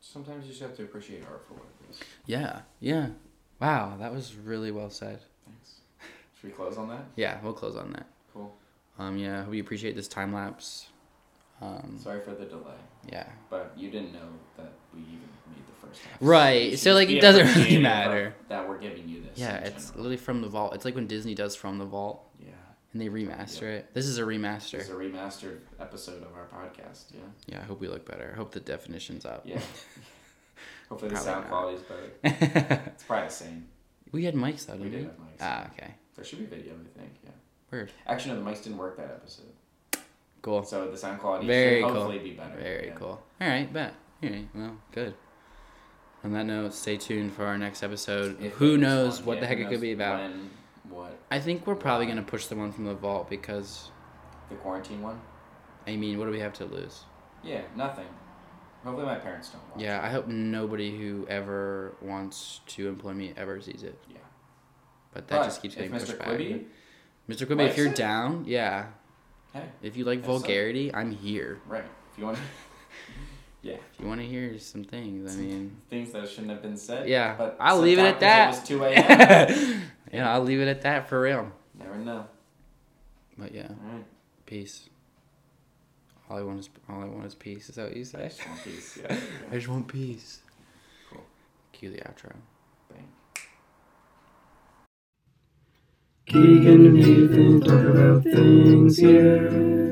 Speaker 7: Sometimes you just have to appreciate art for what it is.
Speaker 1: Yeah. Yeah. Wow, that was really well said. <laughs>
Speaker 7: Thanks. Should we close on that?
Speaker 1: Yeah, we'll close on that.
Speaker 7: Cool.
Speaker 1: Um, yeah, hope you appreciate this time lapse. Um,
Speaker 7: Sorry for the delay,
Speaker 1: yeah.
Speaker 7: but you didn't know that we even made the first. episode.
Speaker 1: Right,
Speaker 7: You should
Speaker 1: so, like,
Speaker 7: be
Speaker 1: it doesn't
Speaker 7: <laughs>
Speaker 1: really
Speaker 7: appreciative of
Speaker 1: matter.
Speaker 7: that we're giving you this.
Speaker 1: Yeah,
Speaker 7: in
Speaker 1: it's
Speaker 7: general.
Speaker 1: literally from the vault. It's like when Disney does from the vault
Speaker 7: yeah.
Speaker 1: and they remaster it. This is a remaster.
Speaker 7: It's a remastered episode of our podcast.
Speaker 1: <laughs>
Speaker 7: Yeah.
Speaker 1: yeah, I hope we look better. I hope the definition's up. <laughs>
Speaker 7: Yeah. Hopefully the
Speaker 1: Probably
Speaker 7: sound
Speaker 1: not.
Speaker 7: quality is better. It's probably the same.
Speaker 1: we had mics though, didn't
Speaker 7: We
Speaker 1: we?
Speaker 7: did have mics.
Speaker 1: Ah, okay.
Speaker 7: There should be video, I think. Yeah.
Speaker 1: Weird.
Speaker 7: Actually, no, the mics didn't work that episode.
Speaker 1: Cool.
Speaker 7: So the sound quality
Speaker 1: Very
Speaker 7: should
Speaker 1: cool.
Speaker 7: hopefully be better.
Speaker 1: Very
Speaker 7: yeah.
Speaker 1: cool. All right, bet. All right, well, good. On that note, stay tuned for our next episode.
Speaker 7: If
Speaker 1: who
Speaker 7: it was
Speaker 1: knows
Speaker 7: on,
Speaker 1: what
Speaker 7: yeah,
Speaker 1: the heck
Speaker 7: who
Speaker 1: it could
Speaker 7: knows
Speaker 1: be about?
Speaker 7: When, what,
Speaker 1: I think we're probably gonna push the one from the vault because,
Speaker 7: the quarantine one?
Speaker 1: I mean, what do we have to lose?
Speaker 7: Yeah, nothing. Hopefully my parents don't watch.
Speaker 1: Yeah, I hope nobody who ever wants to employ me ever sees it.
Speaker 7: Yeah.
Speaker 1: But that
Speaker 7: But
Speaker 1: just keeps
Speaker 7: if
Speaker 1: getting
Speaker 7: Mr.
Speaker 1: pushed back.
Speaker 7: Quibby,
Speaker 1: Mr. Quibby, if
Speaker 7: likes
Speaker 1: you're
Speaker 7: it-
Speaker 1: down, yeah.
Speaker 7: Hey.
Speaker 1: If you like
Speaker 7: That's something.
Speaker 1: vulgarity, I'm here.
Speaker 7: right. If you want <laughs>
Speaker 1: If you want to hear some things, I mean,
Speaker 7: <laughs>
Speaker 1: <laughs>
Speaker 7: things that shouldn't have been said.
Speaker 1: Yeah,
Speaker 7: But
Speaker 1: I'll leave it at
Speaker 7: sometimes It was 2
Speaker 1: <laughs>
Speaker 7: a.m.
Speaker 1: yeah, I'll leave it at that for real.
Speaker 7: Never know.
Speaker 1: But yeah,
Speaker 7: All right.
Speaker 1: peace. All I want is all I want is peace. Is that what you say?
Speaker 7: I just want peace. Yeah.
Speaker 1: <laughs> I just want peace.
Speaker 7: Cool.
Speaker 1: Cue the outro.
Speaker 7: Bang.
Speaker 8: Keegan and Nathan talk about things, yeah.